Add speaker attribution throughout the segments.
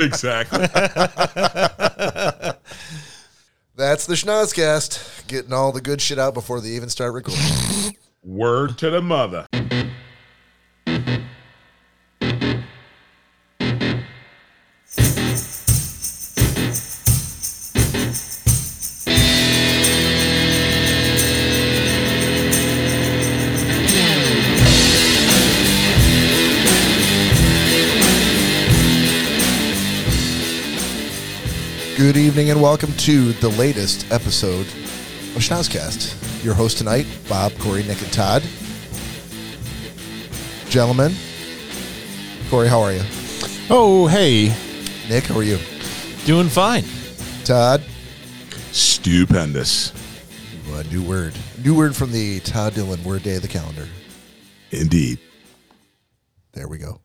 Speaker 1: Exactly.
Speaker 2: That's the Schnozcast. Getting all the good shit out before they even start recording.
Speaker 1: Word to the mother.
Speaker 2: Good evening and welcome to the latest episode of Schnozcast. Your host tonight, Bob, Corey, Nick, and Todd. Gentlemen, Corey, how are you?
Speaker 3: Oh, hey.
Speaker 2: Nick, how are you?
Speaker 3: Doing fine.
Speaker 2: Todd,
Speaker 1: Stupendous.
Speaker 2: Ooh, a new word. New word from the Todd Dylan Word Day of the Calendar.
Speaker 1: Indeed.
Speaker 2: There we go.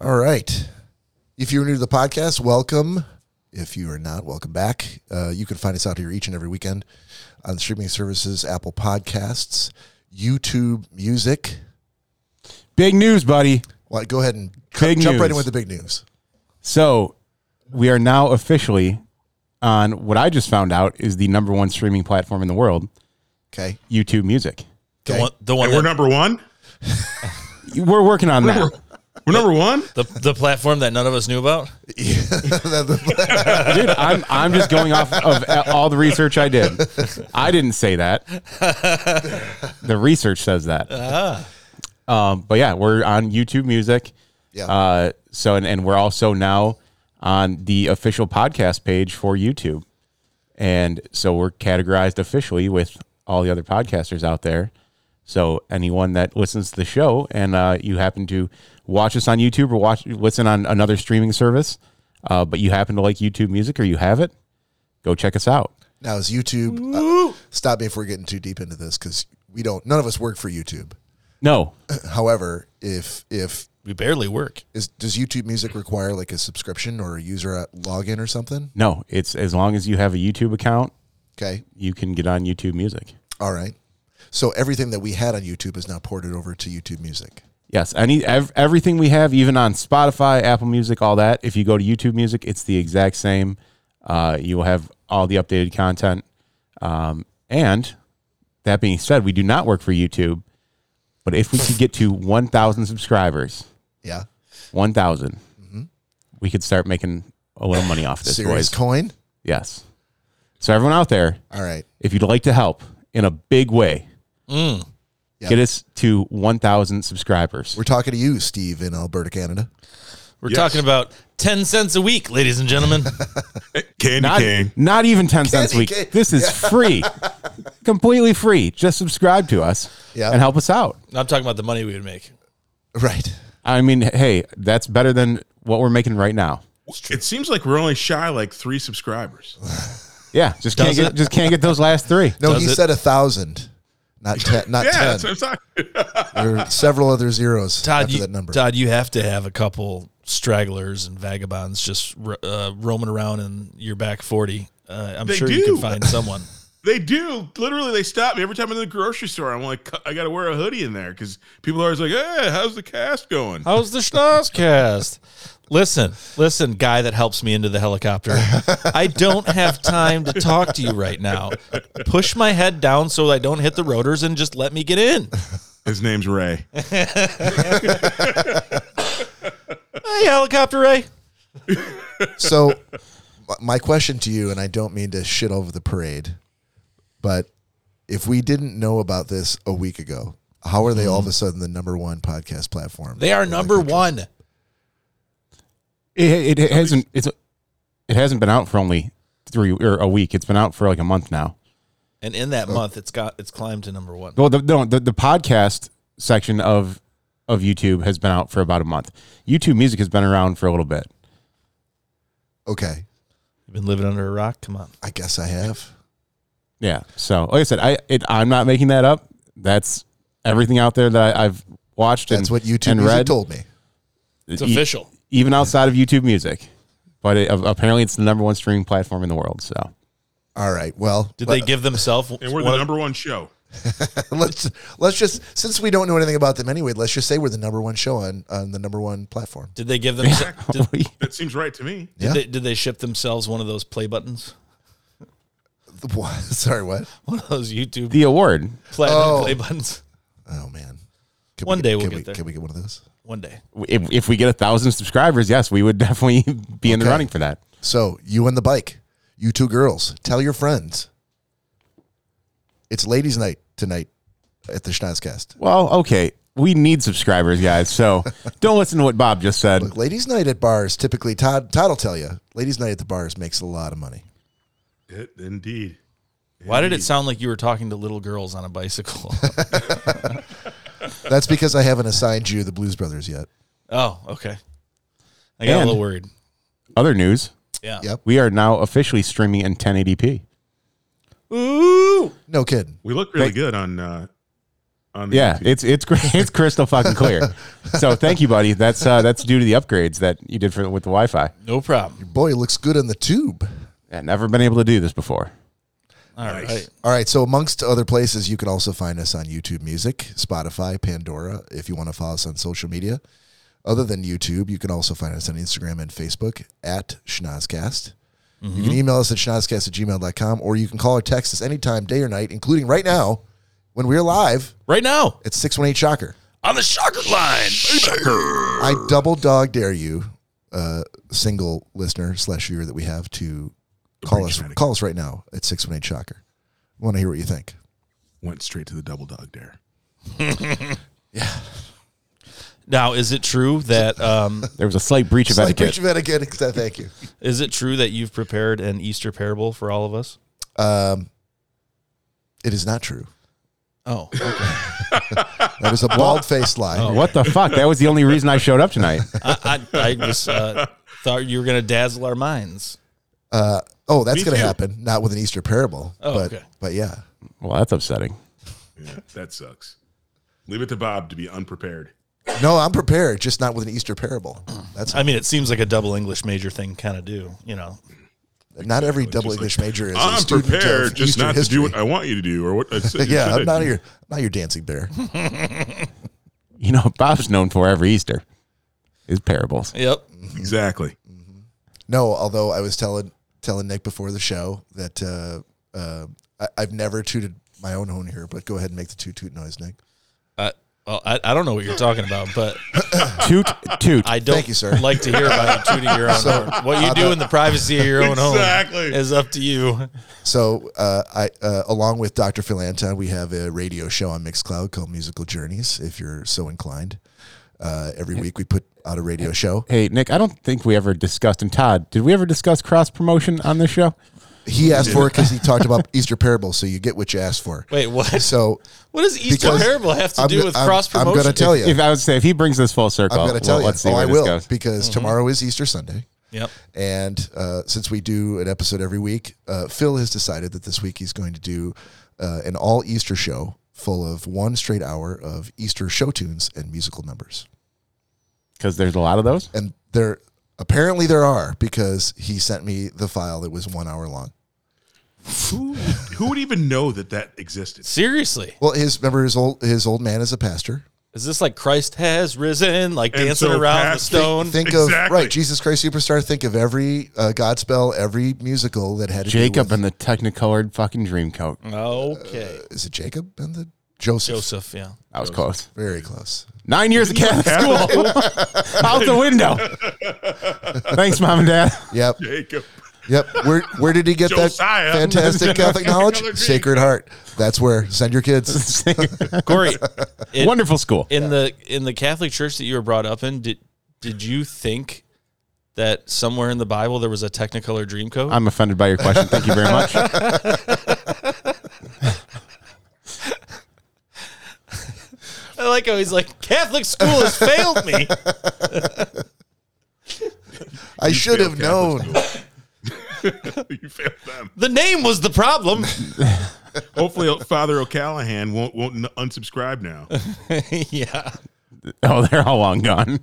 Speaker 2: All right. If you're new to the podcast, welcome. If you are not, welcome back. Uh, you can find us out here each and every weekend on streaming services, Apple Podcasts, YouTube Music.
Speaker 3: Big news, buddy.
Speaker 2: Well, go ahead and
Speaker 3: Big
Speaker 2: jump right in
Speaker 3: news.
Speaker 2: with the big news.
Speaker 3: So, we are now officially on what I just found out is the number one streaming platform in the world,
Speaker 2: Okay.
Speaker 3: YouTube Music.
Speaker 4: The
Speaker 2: Okay.
Speaker 4: one, the one
Speaker 1: And we're
Speaker 4: that-
Speaker 1: number one?
Speaker 3: We're working on that.
Speaker 1: We're number one?
Speaker 4: the, the platform that none of us knew about.
Speaker 3: Dude, I'm, I'm just going off of all the research I did. I didn't say that. The research says that. Ah. Um, but yeah, we're on YouTube Music.
Speaker 2: Yeah.
Speaker 3: Uh, so and, and we're also now on the official podcast page for YouTube, and so we're categorized officially with all the other podcasters out there. So anyone that listens to the show and uh, you happen to watch us on YouTube or watch listen on another streaming service, uh, but you happen to like YouTube Music or you have it, go check us out.
Speaker 2: now is YouTube. Uh, stop me if we're getting too deep into this because we don't. None of us work for YouTube.
Speaker 3: No,
Speaker 2: However, if if
Speaker 4: We barely work.
Speaker 2: is does YouTube Music require like a subscription or a user at login or something?
Speaker 3: no, it's as long as you have a YouTube account,
Speaker 2: Okay.
Speaker 3: you can get on YouTube Music.
Speaker 2: All right. So everything that we had on YouTube is now ported over to YouTube Music.
Speaker 3: Yes, any ev- everything we have, even on Spotify, Apple Music, all that. If you go to YouTube Music, it's the exact same. Uh, you will have all the updated content. Um, and that being said, we do not work for YouTube, but if we could get to 1,000 subscribers,
Speaker 2: Yeah.
Speaker 3: 1,000, we could start making a little money off this,
Speaker 2: Serious
Speaker 3: boys.
Speaker 2: coin.
Speaker 3: yes. So everyone out there,
Speaker 2: All right.
Speaker 3: if you'd like to help in a big way, get us to 1,000 subscribers.
Speaker 2: We're talking to you, Steve, in Alberta, Canada.
Speaker 4: We're
Speaker 1: Yes.
Speaker 4: talking about ten cents a week, ladies and gentlemen.
Speaker 1: Eh, Candy
Speaker 3: not,
Speaker 1: cane.
Speaker 3: not even 10 cents a week.
Speaker 2: cane.
Speaker 3: This is free, completely free. Just subscribe to us
Speaker 2: Yeah.
Speaker 3: and help us out.
Speaker 4: I'm talking about the money we would make.
Speaker 2: Right.
Speaker 3: I mean, hey, that's better than what we're making right now.
Speaker 1: It seems like we're only shy like three subscribers.
Speaker 3: Yeah, just can't
Speaker 4: Does
Speaker 3: get,
Speaker 4: it?
Speaker 3: just can't get those last three.
Speaker 2: No,
Speaker 4: Does
Speaker 2: he
Speaker 4: it-
Speaker 2: said a thousand, not ten, not
Speaker 1: Yeah, that's what
Speaker 2: ten.
Speaker 1: I'm talking
Speaker 2: There are several other zeros
Speaker 4: Todd,
Speaker 2: after
Speaker 4: you,
Speaker 2: that number.
Speaker 4: Todd, you have to have a couple stragglers and vagabonds just ro- uh, roaming around in your back forty. Uh, I'm
Speaker 1: They
Speaker 4: sure
Speaker 1: do.
Speaker 4: you can find someone.
Speaker 1: They do. Literally, they stop me every time I'm in the grocery store. I'm like, I got to wear a hoodie in there because people are always like, hey, how's the cast going?
Speaker 4: How's the Schnozcast? Listen, listen, guy that helps me into the helicopter. I don't have time to talk to you right now. Push my head down so I don't hit the rotors and just let me get in.
Speaker 1: His name's Ray.
Speaker 4: Hey, helicopter eh? Ray.
Speaker 2: so, m- my question to you, and I don't mean to shit over the parade, but if we didn't know about this a week ago, how are they all of a sudden the number one podcast platform?
Speaker 4: Mm-hmm. They are number one.
Speaker 3: It, it, it hasn't it's it hasn't been out for only three or a week. It's been out for like a month now.
Speaker 4: And in that month, it's got it's climbed to number one.
Speaker 3: Well, the, no, the the podcast section of of YouTube has been out for about a month. YouTube Music has been around for a little bit.
Speaker 2: okay,
Speaker 4: You've been living under a rock. Come on.
Speaker 2: I guess I have.
Speaker 3: Yeah. So, like I said, I it, I'm not making that up. That's everything out there that I, I've watched.
Speaker 2: That's
Speaker 3: and,
Speaker 2: what YouTube
Speaker 3: and
Speaker 2: Music
Speaker 3: read,
Speaker 2: told me.
Speaker 4: It's
Speaker 3: E-
Speaker 4: official.
Speaker 3: even outside of YouTube Music. But it, apparently, it's the number one streaming platform in the world. So,
Speaker 2: All right. Well,
Speaker 4: Did
Speaker 2: but-
Speaker 4: they give themselves
Speaker 1: And we're the
Speaker 4: one-
Speaker 1: number one show.
Speaker 2: let's let's just since we don't know anything about them anyway, let's just say we're the number one show on on the number one platform.
Speaker 4: Did they give them? Did, did,
Speaker 3: We-
Speaker 1: That seems right to me.
Speaker 2: Yeah.
Speaker 4: they, did they ship themselves one of those play buttons?
Speaker 2: What? Sorry, what?
Speaker 4: One of those YouTube
Speaker 3: the award.
Speaker 4: platinum
Speaker 2: Oh.
Speaker 4: play buttons.
Speaker 2: Oh man. Can
Speaker 4: One
Speaker 2: we,
Speaker 4: day we'll
Speaker 2: can
Speaker 4: get
Speaker 2: we,
Speaker 4: there.
Speaker 2: Can we get one of those?
Speaker 4: One day.
Speaker 3: If, if we get a thousand subscribers, yes, we would definitely be in the
Speaker 2: Okay.
Speaker 3: running for that.
Speaker 2: So you and the bike, you two girls, tell your friends. It's ladies' night tonight at the Schnozcast.
Speaker 3: Well, okay. We need subscribers, guys. So don't listen to what Bob just said.
Speaker 2: Look, ladies' night at bars typically Todd Todd will tell you. Ladies' night at the bars makes a lot of money.
Speaker 1: It, indeed.
Speaker 4: Why did it sound like you were talking to little girls on a bicycle?
Speaker 2: That's because I haven't assigned you the Blues Brothers yet.
Speaker 4: oh, okay. I got a
Speaker 3: And-
Speaker 4: little worried.
Speaker 3: Other news
Speaker 4: Yeah.
Speaker 2: Yep.
Speaker 3: we are now officially streaming in 1080p.
Speaker 4: Ooh.
Speaker 2: No kidding.
Speaker 1: We look really good on uh on the
Speaker 3: Yeah,
Speaker 1: YouTube.
Speaker 3: it's it's gr- it's crystal fucking clear. So thank you, buddy. That's uh, that's due to the upgrades that you did for with the Wi-Fi.
Speaker 4: No problem.
Speaker 2: Boy, looks good on the tube.
Speaker 3: i never been able to do this before.
Speaker 4: All right.
Speaker 1: Nice.
Speaker 2: All right. So, amongst other places, you can also find us on YouTube Music, Spotify, Pandora, if you want to follow us on social media. Other than YouTube, you can also find us on Instagram and Facebook at Schnozcast. You can email us at schnozcast at gmail.com or you can call or text us anytime, day or night, including right now when we're live
Speaker 4: Right now
Speaker 2: at 618 Shocker.
Speaker 4: on the shocker line.
Speaker 2: I double dog dare you, uh, single listener slash viewer that we have to call us call us right now at 618 Shocker. I want to hear what you think.
Speaker 1: went straight to the double dog dare.
Speaker 4: Now, is it true that um,
Speaker 3: There was a slight breach of
Speaker 2: Slight
Speaker 3: etiquette.
Speaker 2: breach of etiquette. except Thank you.
Speaker 4: is it true that you've prepared an Easter parable for all of us?
Speaker 2: Um, it is not true.
Speaker 4: Oh,
Speaker 2: That was a bald faced lie.
Speaker 1: Oh.
Speaker 3: What the fuck? That was the only reason I showed up tonight.
Speaker 4: I, I, I just uh, thought you were going to dazzle our minds.
Speaker 2: Oh, that's
Speaker 1: Me
Speaker 2: going to
Speaker 1: too.
Speaker 2: happen. Not with an Easter parable.
Speaker 4: Oh,
Speaker 2: but,
Speaker 4: okay.
Speaker 2: but yeah.
Speaker 3: Well, that's upsetting.
Speaker 1: Yeah, that sucks. Leave it to Bob to be unprepared.
Speaker 2: No, I'm prepared, just not with an Easter parable. That's
Speaker 4: I mean, it seems like a double English major thing, kind of do, you know?
Speaker 2: not every double English major is. a
Speaker 1: I'm
Speaker 2: student
Speaker 1: prepared,
Speaker 2: of
Speaker 1: just
Speaker 2: Eastern
Speaker 1: not
Speaker 2: history.
Speaker 1: to do what I want you to do or what I said.
Speaker 2: yeah,
Speaker 1: should
Speaker 2: I'm
Speaker 1: I
Speaker 2: not
Speaker 1: do.
Speaker 2: your not your dancing bear.
Speaker 3: You know, Bob's known for every Easter his parables.
Speaker 4: Yep.
Speaker 1: Exactly.
Speaker 2: No, although I was telling telling Nick before the show that uh, uh, I, I've never tooted my own horn here, but go ahead and make the toot toot noise, Nick.
Speaker 4: I, well, I, I don't know what you're talking about, but
Speaker 3: Toot toot.
Speaker 4: I don't
Speaker 2: Thank you, sir.
Speaker 4: like to hear about you tooting your own
Speaker 2: So, uh,
Speaker 4: horn. What you do in the privacy of your own home
Speaker 1: Exactly.
Speaker 4: is up to you.
Speaker 2: So, uh, I uh, along with Dr. Phil Anton, we have a radio show on Mixcloud called Musical Journeys. If you're so inclined, uh, every week we put out a radio show.
Speaker 3: Hey Nick, I don't think we ever discussed. And Todd, did we ever discuss cross promotion on this show?
Speaker 2: He asked for it because he talked about Easter parables, so you get what you asked for.
Speaker 4: Wait, what?
Speaker 2: So,
Speaker 4: What does Easter
Speaker 2: Because
Speaker 4: parable have to
Speaker 2: I'm
Speaker 4: do
Speaker 2: go-
Speaker 4: with
Speaker 2: I'm-
Speaker 4: cross
Speaker 2: I'm
Speaker 4: promotion?
Speaker 2: gonna tell you.
Speaker 3: If I would say, if he brings this full circle,
Speaker 2: I'm going to tell
Speaker 3: well,
Speaker 2: you.
Speaker 3: let's see
Speaker 2: oh,
Speaker 3: where
Speaker 2: I
Speaker 3: this
Speaker 2: will
Speaker 3: goes.
Speaker 2: because
Speaker 4: Mm-hmm.
Speaker 2: tomorrow is Easter Sunday.
Speaker 4: Yep.
Speaker 2: And uh, since we do an episode every week, uh, Phil has decided that this week he's going to do uh, an all Easter show full of one straight hour of Easter show tunes and musical numbers.
Speaker 3: Because there's a lot of those.
Speaker 2: And there apparently there are because he sent me the file that was one hour long.
Speaker 1: Who, who would even know that that existed?
Speaker 4: Seriously,
Speaker 2: Well, his remember his old his old man is a pastor.
Speaker 4: is this like Christ has risen, like
Speaker 1: And
Speaker 4: dancing
Speaker 1: so
Speaker 4: around
Speaker 1: past-
Speaker 4: the stone?
Speaker 2: Think of
Speaker 1: Exactly.
Speaker 2: right Jesus Christ superstar. Think of every uh, Godspell, every musical that had to
Speaker 3: Jacob
Speaker 2: Do
Speaker 3: and the technicolored fucking dream coat.
Speaker 2: Mm,
Speaker 4: okay,
Speaker 2: with, is it Jacob and the Joseph?
Speaker 4: Joseph. Yeah.
Speaker 3: That was close.
Speaker 2: Very close.
Speaker 3: Nine years of Catholic school. Out the window. Thanks, mom and dad.
Speaker 2: Yep.
Speaker 1: Jacob.
Speaker 2: Yep. Where where did he get
Speaker 1: Josiah.
Speaker 2: that fantastic Catholic knowledge?
Speaker 1: Catholic Greek.
Speaker 2: Sacred Heart. That's where send your kids.
Speaker 4: Corey, it-
Speaker 3: Wonderful school.
Speaker 4: in the in the Catholic Church that you were brought up in, did did you think that somewhere in the Bible there was a Technicolor dream coat?
Speaker 3: I'm offended by your question. Thank you very much.
Speaker 4: I like how he's like Catholic school has failed me.
Speaker 2: I should have known.
Speaker 1: you failed them.
Speaker 4: The name was the problem.
Speaker 1: Hopefully, uh, Father O'Callahan won't won't n- unsubscribe now.
Speaker 4: yeah.
Speaker 3: Oh, they're all long gone.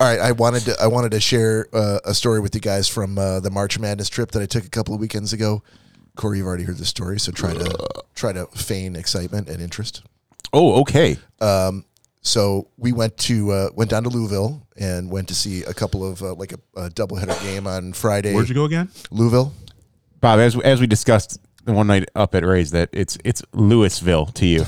Speaker 2: All right, I wanted to I wanted to share uh, a story with you guys from uh, the March Madness trip that I took a couple of weekends ago. Corey, you've already heard this story, so try to try to feign excitement and interest.
Speaker 3: Oh, okay.
Speaker 2: So we went to uh, went down to Louisville and went to see a couple of uh, like a, a doubleheader game on Friday.
Speaker 1: Where'd you go again?
Speaker 2: Louisville.
Speaker 3: Bob, as as we discussed the one night up at Ray's, that it's it's Louisville to you.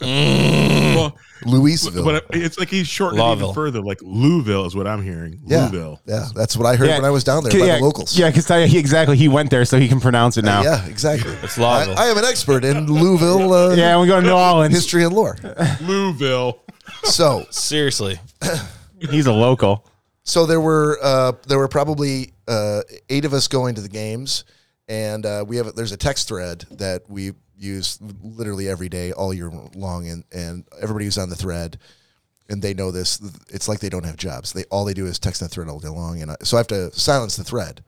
Speaker 1: Well,
Speaker 2: Hmm. Louisville.
Speaker 1: but uh, it's like he's shortened it even
Speaker 4: Lawville.
Speaker 1: further. Like Louisville is what I'm hearing.
Speaker 2: yeah,
Speaker 1: Louisville.
Speaker 2: yeah, that's what I heard when I was down there
Speaker 3: C-
Speaker 2: by
Speaker 3: yeah,
Speaker 2: the locals.
Speaker 3: Yeah, because he exactly he went there, so he can pronounce it now. Yeah,
Speaker 2: yeah, exactly. It's
Speaker 4: Louisville.
Speaker 2: I, I am an expert in Louisville uh,
Speaker 3: we go to New Orleans.
Speaker 2: history and lore.
Speaker 1: Louisville.
Speaker 2: So
Speaker 4: Seriously.
Speaker 3: He's a local.
Speaker 2: So there were uh, there were probably uh, eight of us going to the games, and uh, we have there's a text thread that we use literally every day all year long, and and everybody who's on the thread, and they know this. It's like they don't have jobs. They all they do is text that thread all day long, and I, so I have to silence the thread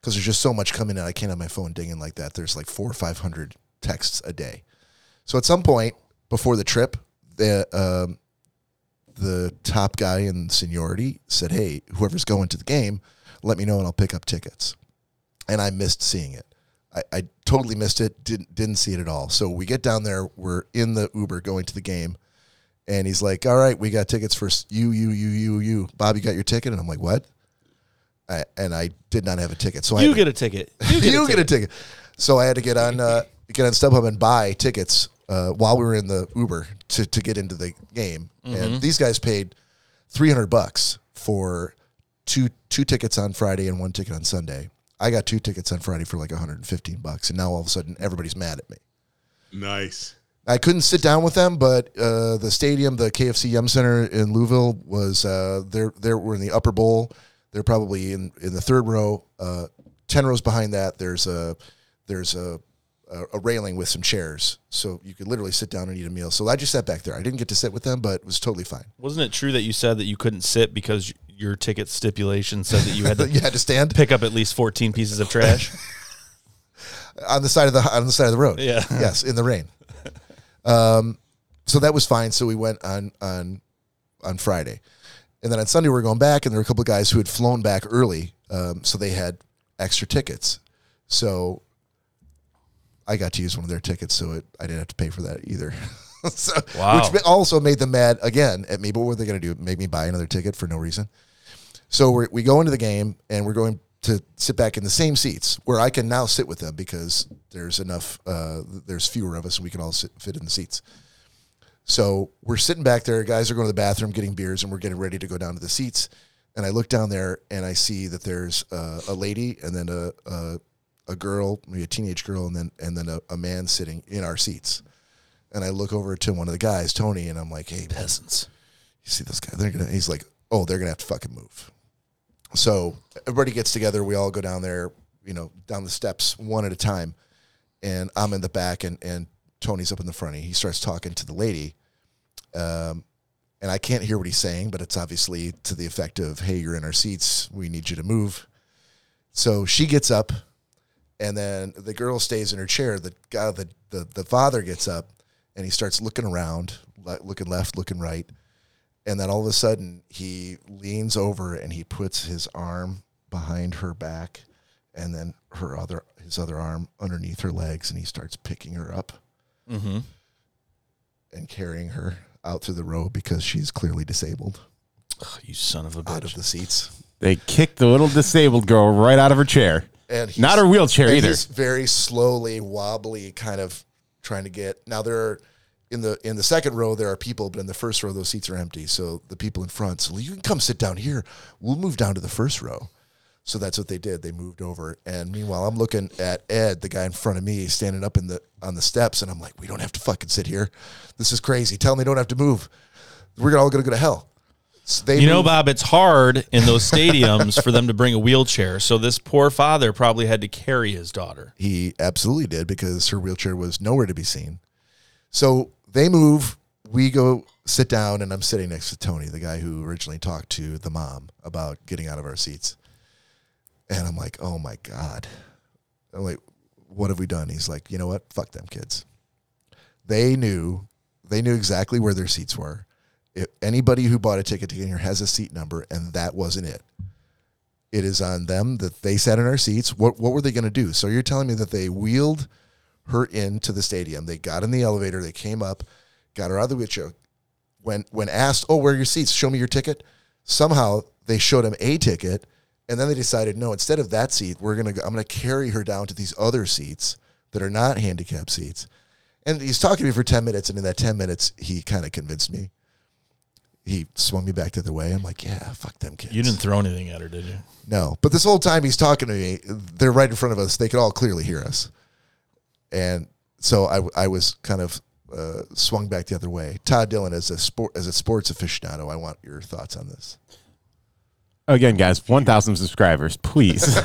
Speaker 2: because there's just so much coming in. I can't have my phone dinging like that. There's like four or five hundred texts a day. So at some point before the trip, the um, the top guy in seniority said, "Hey, whoever's going to the game, let me know and I'll pick up tickets." And I missed seeing it. I, I totally missed it. Didn't didn't see it at all. So we get down there. We're in the Uber going to the game, and he's like, "All right, we got tickets for s- you, you, you, you, you." Bob, you got your ticket, and I'm like, "What?" I, and I did not have a ticket, so I had
Speaker 4: You
Speaker 2: to-
Speaker 4: get a ticket.
Speaker 2: you get, a, ticket. So I had to get on uh, get on StubHub and buy tickets uh, while we were in the Uber to, to get into the game. And these guys paid three hundred bucks for two two tickets on Friday and one ticket on Sunday. I got two tickets on Friday for like one hundred and fifteen bucks, and now all of a sudden everybody's mad at me.
Speaker 1: Nice.
Speaker 2: I couldn't sit down with them, but uh, the stadium, the KFC Yum Center in Louisville, was uh, they're they we're in the upper bowl. They're probably in, in the third row, uh, ten rows behind that. There's a there's a, a a railing with some chairs, so you could literally sit down and eat a meal. So I just sat back there. I didn't get to sit with them, but it was totally fine.
Speaker 4: Wasn't it true that you said that you couldn't sit because your ticket stipulation said that you had to
Speaker 2: You had to stand
Speaker 4: pick up at least 14 pieces of trash?
Speaker 2: on the side of the on the side of the road.
Speaker 4: Yeah.
Speaker 2: yes, in the rain. Um, so that was fine. So we went on on on Friday, and then on Sunday we were going back, and there were a couple of guys who had flown back early, um, so they had extra tickets. So I got to use one of their tickets, so it, I didn't have to pay for that either. so,
Speaker 4: Wow.
Speaker 2: Which ma- also made them mad again at me. But what were they going to do? Make me buy another ticket for no reason? So we're, we go into the game and we're going to sit back in the same seats where I can now sit with them because there's enough, uh, there's fewer of us and we can all sit, fit in the seats. So we're sitting back there. Guys are going to the bathroom, getting beers, and we're getting ready to go down to the seats. And I look down there and I see that there's uh, a lady and then a, a a girl, maybe a teenage girl, and then and then a, a man sitting in our seats. And I look over to one of the guys, Tony, and I'm like, "Hey, man,
Speaker 4: Peasants.
Speaker 2: you see this guy? They're gonna. He's like, oh, they're gonna have to fucking move. So everybody gets together. We all go down there, you know, down the steps one at a time. And I'm in the back, and and Tony's up in the front. And he starts talking to the lady, um, and I can't hear what he's saying, but it's obviously to the effect of, "Hey, you're in our seats. We need you to move." So she gets up, and then the girl stays in her chair. The guy, the the, the father gets up, and he starts looking around, le- looking left, looking right and then all of a sudden he leans over and he puts his arm behind her back and then her other his other arm underneath her legs and he starts picking her up and carrying her out through the row because she's clearly disabled
Speaker 4: Oh, you son of a
Speaker 2: out of
Speaker 4: bitch.
Speaker 2: the seats
Speaker 3: They kicked the little disabled girl right out of her chair.
Speaker 2: and he's,
Speaker 3: Not her wheelchair
Speaker 2: and
Speaker 3: either.
Speaker 2: he's very slowly wobbly kind of trying to get now there are in the in the second row there are people but in the first row those seats are empty so the people in front so you can come sit down here we'll move down to the first row so that's what they did they moved over and meanwhile i'm looking at ed the guy in front of me standing up in the on the steps and i'm like we don't have to fucking sit here this is crazy tell them they don't have to move we're all gonna go to hell So they
Speaker 4: You know,
Speaker 2: moved-
Speaker 4: Bob, it's hard in those stadiums for them to bring a wheelchair. So this poor father probably had to carry his daughter.
Speaker 2: He absolutely did because her wheelchair was nowhere to be seen. So they move. We go sit down, and I'm sitting next to Tony, the guy who originally talked to the mom about getting out of our seats. And I'm like, oh my God. I'm like, what have we done? He's like, you know what? Fuck them kids. They knew, they knew exactly where their seats were. If anybody who bought a ticket to get here has a seat number, and that wasn't it. It is on them that they sat in our seats. What what were they going to do? So you're telling me that they wheeled her into the stadium. They got in the elevator. They came up, got her out of the wheelchair. When when asked, "Oh, where are your seats? Show me your ticket." Somehow they showed him a ticket, and then they decided, "No, instead of that seat, we're gonna go, I'm gonna carry her down to these other seats that are not handicap seats." And he's talking to me for ten minutes, and in that ten minutes, he kind of convinced me. He swung me back the other way. I'm like, "Yeah, fuck them kids."
Speaker 4: You didn't throw anything at her, did you?
Speaker 2: No, but this whole time he's talking to me, they're right in front of us. They could all clearly hear us, and so I, I was kind of uh, swung back the other way. Todd Dillon, as a sport as a sports aficionado, I want your thoughts on this.
Speaker 3: Again, guys, 1,000 subscribers, please.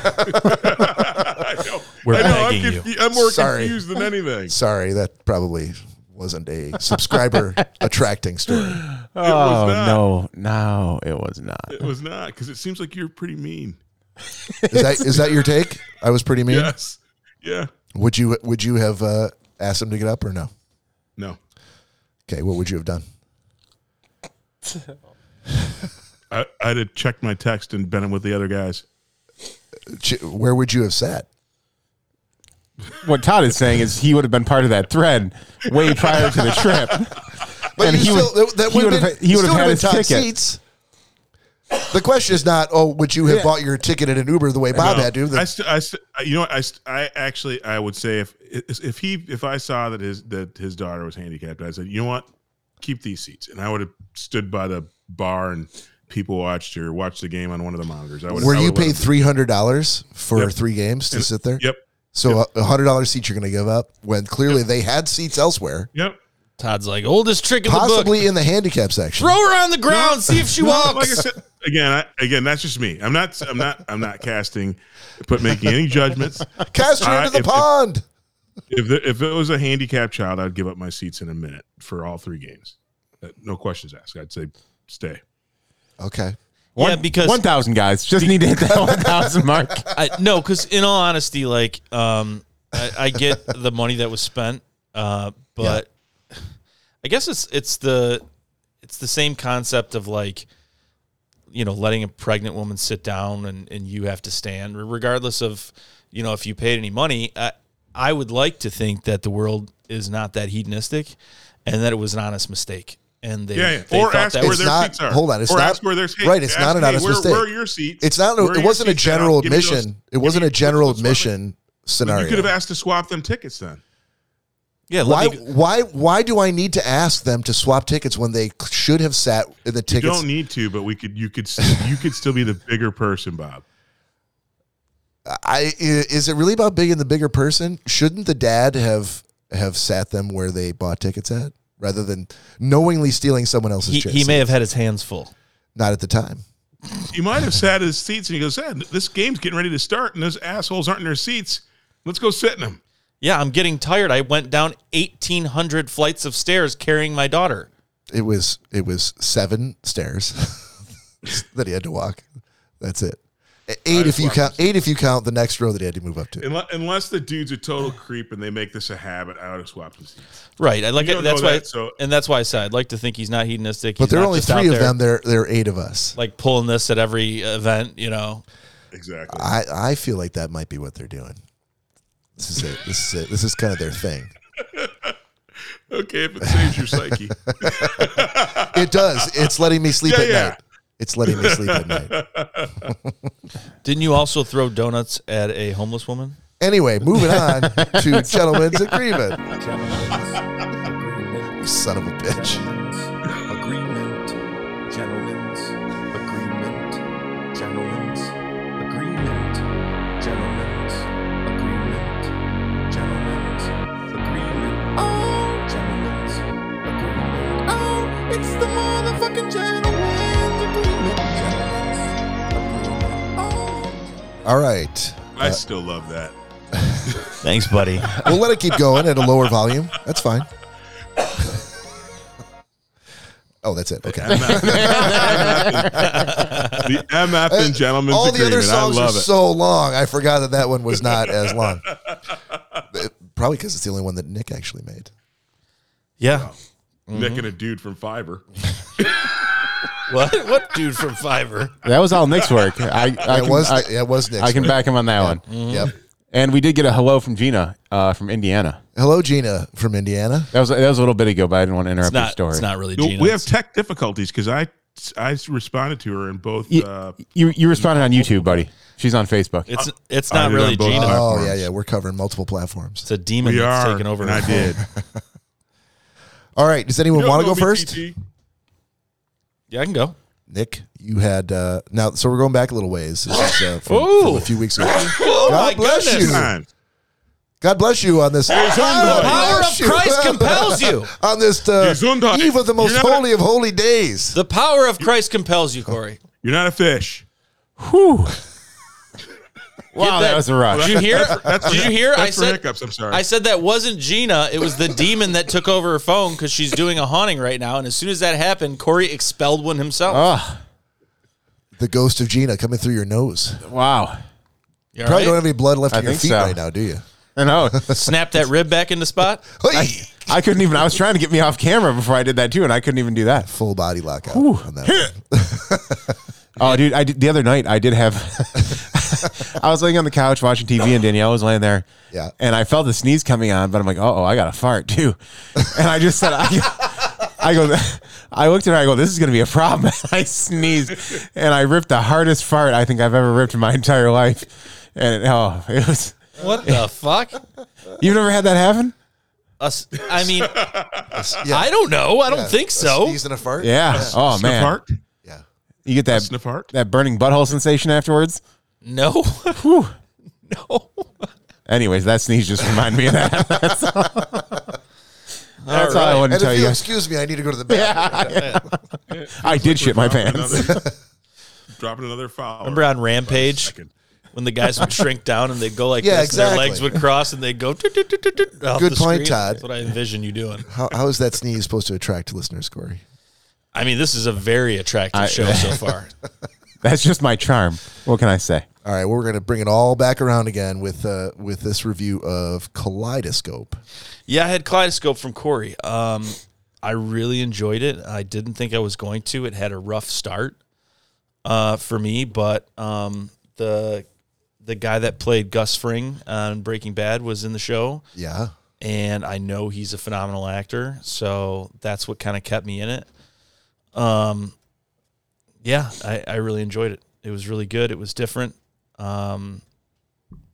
Speaker 1: I know.
Speaker 4: We're
Speaker 1: I know, I'm,
Speaker 4: begging you.
Speaker 1: confu- I'm more
Speaker 2: Sorry.
Speaker 1: confused than anything.
Speaker 2: Sorry, that probably wasn't a subscriber attracting story.
Speaker 3: oh,
Speaker 1: not.
Speaker 3: no. No, it was not.
Speaker 1: It was not because it seems like you're pretty mean.
Speaker 2: Is that is that your take? I was pretty mean.
Speaker 1: Yes. Yeah.
Speaker 2: Would you would you have uh, asked him to get up or no?
Speaker 1: No.
Speaker 2: Okay, what would you have done?
Speaker 1: I, I'd have checked my text and been in with the other guys.
Speaker 2: Ch- Where would you have sat?
Speaker 3: What Todd is saying is he would have been part of that thread way prior to the trip.
Speaker 2: But
Speaker 3: and
Speaker 2: you
Speaker 3: he
Speaker 2: still,
Speaker 3: would,
Speaker 2: that, that
Speaker 3: he would have, he
Speaker 2: you
Speaker 3: would have
Speaker 2: still
Speaker 3: had his
Speaker 2: would've been top
Speaker 3: ticket.
Speaker 2: Seats. The question is not, oh, would you have
Speaker 3: Yeah.
Speaker 2: bought your ticket at an Uber the way Bob
Speaker 1: No,
Speaker 2: had to? The-
Speaker 1: I, st- I, st- I- you know, what, I, st- I actually, I would say if if he if I saw that his that his daughter was handicapped, I said, you know what, keep these seats, and I would have stood by the bar and people watched or watched the game on one of the monitors. I would.
Speaker 2: were
Speaker 1: I
Speaker 2: you
Speaker 1: would let
Speaker 2: paid
Speaker 1: him-
Speaker 2: three hundred dollars for
Speaker 1: Yep.
Speaker 2: three games to sit there?
Speaker 1: Yep.
Speaker 2: So a- a hundred dollars seat you're going to give up when clearly they had seats elsewhere,
Speaker 1: Yep.
Speaker 4: Todd's like, oldest trick in the book.
Speaker 2: possibly in the handicap section.
Speaker 4: Throw her on the ground, see if she
Speaker 1: No,
Speaker 4: walks.
Speaker 1: Like I said, again, I, again, that's just me. I'm not. I'm not. I'm not casting, but making any judgments.
Speaker 2: Cast her
Speaker 1: Uh,
Speaker 2: into the
Speaker 1: if- if-
Speaker 2: pond.
Speaker 1: If the, if it was a handicapped child, I'd give up my seats in a minute for all three games. Uh, No questions asked. I'd say stay.
Speaker 2: okay,
Speaker 4: yeah, because
Speaker 3: 1,000 guys. Just need to hit that 1,000 mark.
Speaker 4: I, no, because in all honesty, like, um, I, I get the money that was spent, uh, but I guess it's it's the it's the same concept of like, you know, letting a pregnant woman sit down and and you have to stand, regardless of you know if you paid any money. I, I would like to think that the world is not that hedonistic, and that it was an honest mistake. And they,
Speaker 1: Yeah, yeah.
Speaker 4: they
Speaker 1: or
Speaker 4: thought
Speaker 1: ask
Speaker 4: that
Speaker 1: where
Speaker 4: was
Speaker 1: their
Speaker 2: not-
Speaker 1: seats are.
Speaker 2: hold on, it's
Speaker 1: or
Speaker 2: not-
Speaker 1: ask where their seats.
Speaker 2: right, it's
Speaker 1: ask,
Speaker 2: not an
Speaker 1: hey,
Speaker 2: honest
Speaker 1: where,
Speaker 2: mistake.
Speaker 1: Where are your seats?
Speaker 2: it's not.
Speaker 1: Where
Speaker 2: A,
Speaker 1: are
Speaker 2: it
Speaker 1: your
Speaker 2: wasn't a
Speaker 1: seats at? I'll
Speaker 2: general
Speaker 1: give you those-
Speaker 2: admission. it
Speaker 1: give
Speaker 2: wasn't
Speaker 1: you
Speaker 2: a general
Speaker 1: those ones.
Speaker 2: admission scenario.
Speaker 1: You could have asked to swap them tickets then.
Speaker 4: yeah.
Speaker 2: why?
Speaker 4: Let me,
Speaker 2: Why? Why do I need to ask them to swap tickets when they should have sat in the
Speaker 1: You
Speaker 2: tickets?
Speaker 1: don't need to, but we could. You could. s- You could still be the bigger person, Bob.
Speaker 2: I i- is it really about big and the bigger person? Shouldn't the dad have have sat them where they bought tickets at rather than knowingly stealing someone else's?
Speaker 4: he,
Speaker 2: chair
Speaker 4: he
Speaker 2: seat?
Speaker 4: may have had his hands full.
Speaker 2: not at the time.
Speaker 1: He might have sat at his seats and he goes, "Hey, this game's getting ready to start, and those assholes aren't in their seats. Let's go sit in them."
Speaker 4: Yeah, I'm getting tired. I went down 1,800 flights of stairs carrying my daughter.
Speaker 2: It was it was seven stairs that he had to walk. That's it. Eight if you count eight if you count the next row that he had to move up to.
Speaker 1: Unless, unless the dude's a total creep and they make this a habit, I would have swapped his seats.
Speaker 4: Right. I like
Speaker 1: You don't
Speaker 4: that's
Speaker 1: know
Speaker 4: why
Speaker 1: that, so-
Speaker 4: and that's why I said I'd like to think he's not hedonistic.
Speaker 2: But
Speaker 4: He's
Speaker 2: there are
Speaker 4: not
Speaker 2: only
Speaker 4: just out
Speaker 2: three of
Speaker 4: there,
Speaker 2: them. There there are eight of us.
Speaker 4: Like pulling this at every event, you know.
Speaker 1: Exactly.
Speaker 2: I I feel like that might be what they're doing. This is it. This is it. This is kind of their thing.
Speaker 1: okay, if it saves your psyche.
Speaker 2: It does. It's letting me sleep
Speaker 1: Yeah,
Speaker 2: at
Speaker 1: yeah.
Speaker 2: night. It's letting me sleep at night.
Speaker 4: Didn't you also throw donuts at a homeless woman?
Speaker 2: Anyway, moving on to gentlemen's agreement. You son of a bitch.
Speaker 5: Agreement. Gentlemen's agreement. Gentlemen's agreement. Gentlemen's agreement. Gentlemen's agreement. Oh, gentlemen's agreement. Oh, it's the motherfucking gentlemen's agreement. Gentlemen's agreement. Oh.
Speaker 2: All right.
Speaker 1: I still love that.
Speaker 4: Thanks, buddy.
Speaker 2: We'll let it keep going at a lower volume. That's fine. Oh, that's it. Okay.
Speaker 1: The MF and gentlemen's
Speaker 2: Uh, All the
Speaker 1: agreement.
Speaker 2: other songs
Speaker 1: I
Speaker 2: are
Speaker 1: love it.
Speaker 2: so long. I forgot that that one was not as long. It- Probably because it's the only one that Nick actually made.
Speaker 4: Yeah.
Speaker 2: Mm-hmm.
Speaker 1: Nick and a dude from Fiverr.
Speaker 4: What? What dude from Fiverr?
Speaker 3: That was all Nick's work. I, I
Speaker 2: That
Speaker 3: can,
Speaker 2: was
Speaker 3: I,
Speaker 2: that was Nick's
Speaker 3: I can Mm-hmm.
Speaker 2: work.
Speaker 3: back him on that one.
Speaker 2: Yep.
Speaker 3: And we did get a hello from Gina uh, from Indiana.
Speaker 2: Hello, Gina from Indiana.
Speaker 3: That was that was a little bit ago, but I didn't want to
Speaker 4: It's
Speaker 3: interrupt your
Speaker 4: not.
Speaker 3: story.
Speaker 4: It's not really
Speaker 1: No,
Speaker 4: Gina.
Speaker 1: we have tech difficulties because I I responded to her in both.
Speaker 3: Y-
Speaker 1: Uh,
Speaker 3: you you responded on YouTube, buddy. She's on Facebook.
Speaker 4: it's it's
Speaker 1: I
Speaker 4: not
Speaker 1: did
Speaker 4: really
Speaker 1: on both
Speaker 4: Gina.
Speaker 1: sides.
Speaker 2: Oh
Speaker 1: Platforms.
Speaker 2: yeah, yeah. We're covering multiple platforms.
Speaker 4: It's a demon
Speaker 1: we
Speaker 4: that's
Speaker 1: are
Speaker 4: taken over.
Speaker 1: And I did.
Speaker 2: All right. Does anyone want to go first?
Speaker 4: Yeah, I can go.
Speaker 2: Nick, you had uh, now. So we're going back a little ways. This is, uh, from,
Speaker 4: Ooh.
Speaker 2: from a few weeks ago.
Speaker 4: Oh
Speaker 2: God bless you.
Speaker 1: Time.
Speaker 2: God bless you on this. God
Speaker 4: The power
Speaker 2: bless
Speaker 4: of
Speaker 2: you.
Speaker 4: Christ compels you.
Speaker 2: on this uh,
Speaker 1: Gesundheit.
Speaker 2: eve of the most
Speaker 1: You're not-
Speaker 2: holy of holy days.
Speaker 4: The power of Christ compels you, Corey.
Speaker 1: You're not a fish.
Speaker 3: Whew. wow,
Speaker 4: that-
Speaker 3: that was a rush.
Speaker 4: Did you hear? Did you hear?
Speaker 1: That's
Speaker 4: I
Speaker 1: for
Speaker 4: said.
Speaker 1: hiccups. I'm sorry.
Speaker 4: I said that wasn't Gina. It was the demon that took over her phone because she's doing a haunting right now. And as soon as that happened, Corey expelled one himself.
Speaker 3: Oh,
Speaker 2: The ghost of Gina coming through your nose.
Speaker 3: wow.
Speaker 4: You all
Speaker 2: Probably don't
Speaker 4: right?
Speaker 2: have any blood left
Speaker 3: I
Speaker 2: on your
Speaker 3: think
Speaker 2: feet
Speaker 3: so.
Speaker 2: right now, do you?
Speaker 3: I know.
Speaker 4: Snap that rib back into spot.
Speaker 2: Hey!
Speaker 3: I couldn't even. I was trying to get me off camera before I did that too, and I couldn't even do that.
Speaker 2: Full body lockout on that. one.
Speaker 3: Oh, dude! I did, the other night I did have. I was laying on the couch watching TV, and Danielle was laying there.
Speaker 2: Yeah.
Speaker 3: And I felt the sneeze coming on, but I'm like, "Oh, I got a fart too," and I just said, "I." I go, I looked at her. I go, this is going to be a problem. I sneezed, and I ripped the hardest fart I think I've ever ripped in my entire life. And oh, it was.
Speaker 4: What the fuck?
Speaker 3: You've never had that happen?
Speaker 4: Us, I mean, I don't know. I don't think
Speaker 2: A
Speaker 4: so.
Speaker 2: sneeze and a fart.
Speaker 3: Yeah. Oh
Speaker 1: Sniff
Speaker 3: man,
Speaker 1: heart.
Speaker 2: Yeah.
Speaker 3: you get that
Speaker 1: Sniff heart.
Speaker 3: that burning butthole sensation afterwards.
Speaker 4: No. no.
Speaker 3: Anyways, that sneeze just reminded me of that. That's all, That's all I want to
Speaker 2: And
Speaker 3: tell
Speaker 2: if you
Speaker 3: you.
Speaker 2: excuse me, I need to go to the bathroom.
Speaker 3: I did shit my pants.
Speaker 1: Another, dropping another foul.
Speaker 4: Remember on Rampage when the guys would shrink down and they'd go like
Speaker 2: Yeah,
Speaker 4: this, and
Speaker 2: exactly.
Speaker 4: their legs would cross and they'd go. "Toot, toot, toot, toot, toot," off
Speaker 2: Good
Speaker 4: the
Speaker 2: point,
Speaker 4: screen.
Speaker 2: Todd.
Speaker 4: That's what I envision you doing.
Speaker 2: How, how is that sneeze supposed to attract listeners, Corey?
Speaker 4: I mean, this is a very attractive
Speaker 3: I-
Speaker 4: show so far.
Speaker 3: That's just my charm. What can I say?
Speaker 2: All right, well, we're going to bring it all back around again with uh, with this review of Kaleidoscope.
Speaker 4: Yeah, I had Kaleidoscope from Corey. Um, I really enjoyed it. I didn't think I was going to. It had a rough start uh, for me, but um, the the guy that played Gus Fring on Breaking Bad was in the show,
Speaker 2: Yeah,
Speaker 4: and I know he's a phenomenal actor, so that's what kind of kept me in it. Um, yeah, I, I really enjoyed it. It was really good. It was different. Um,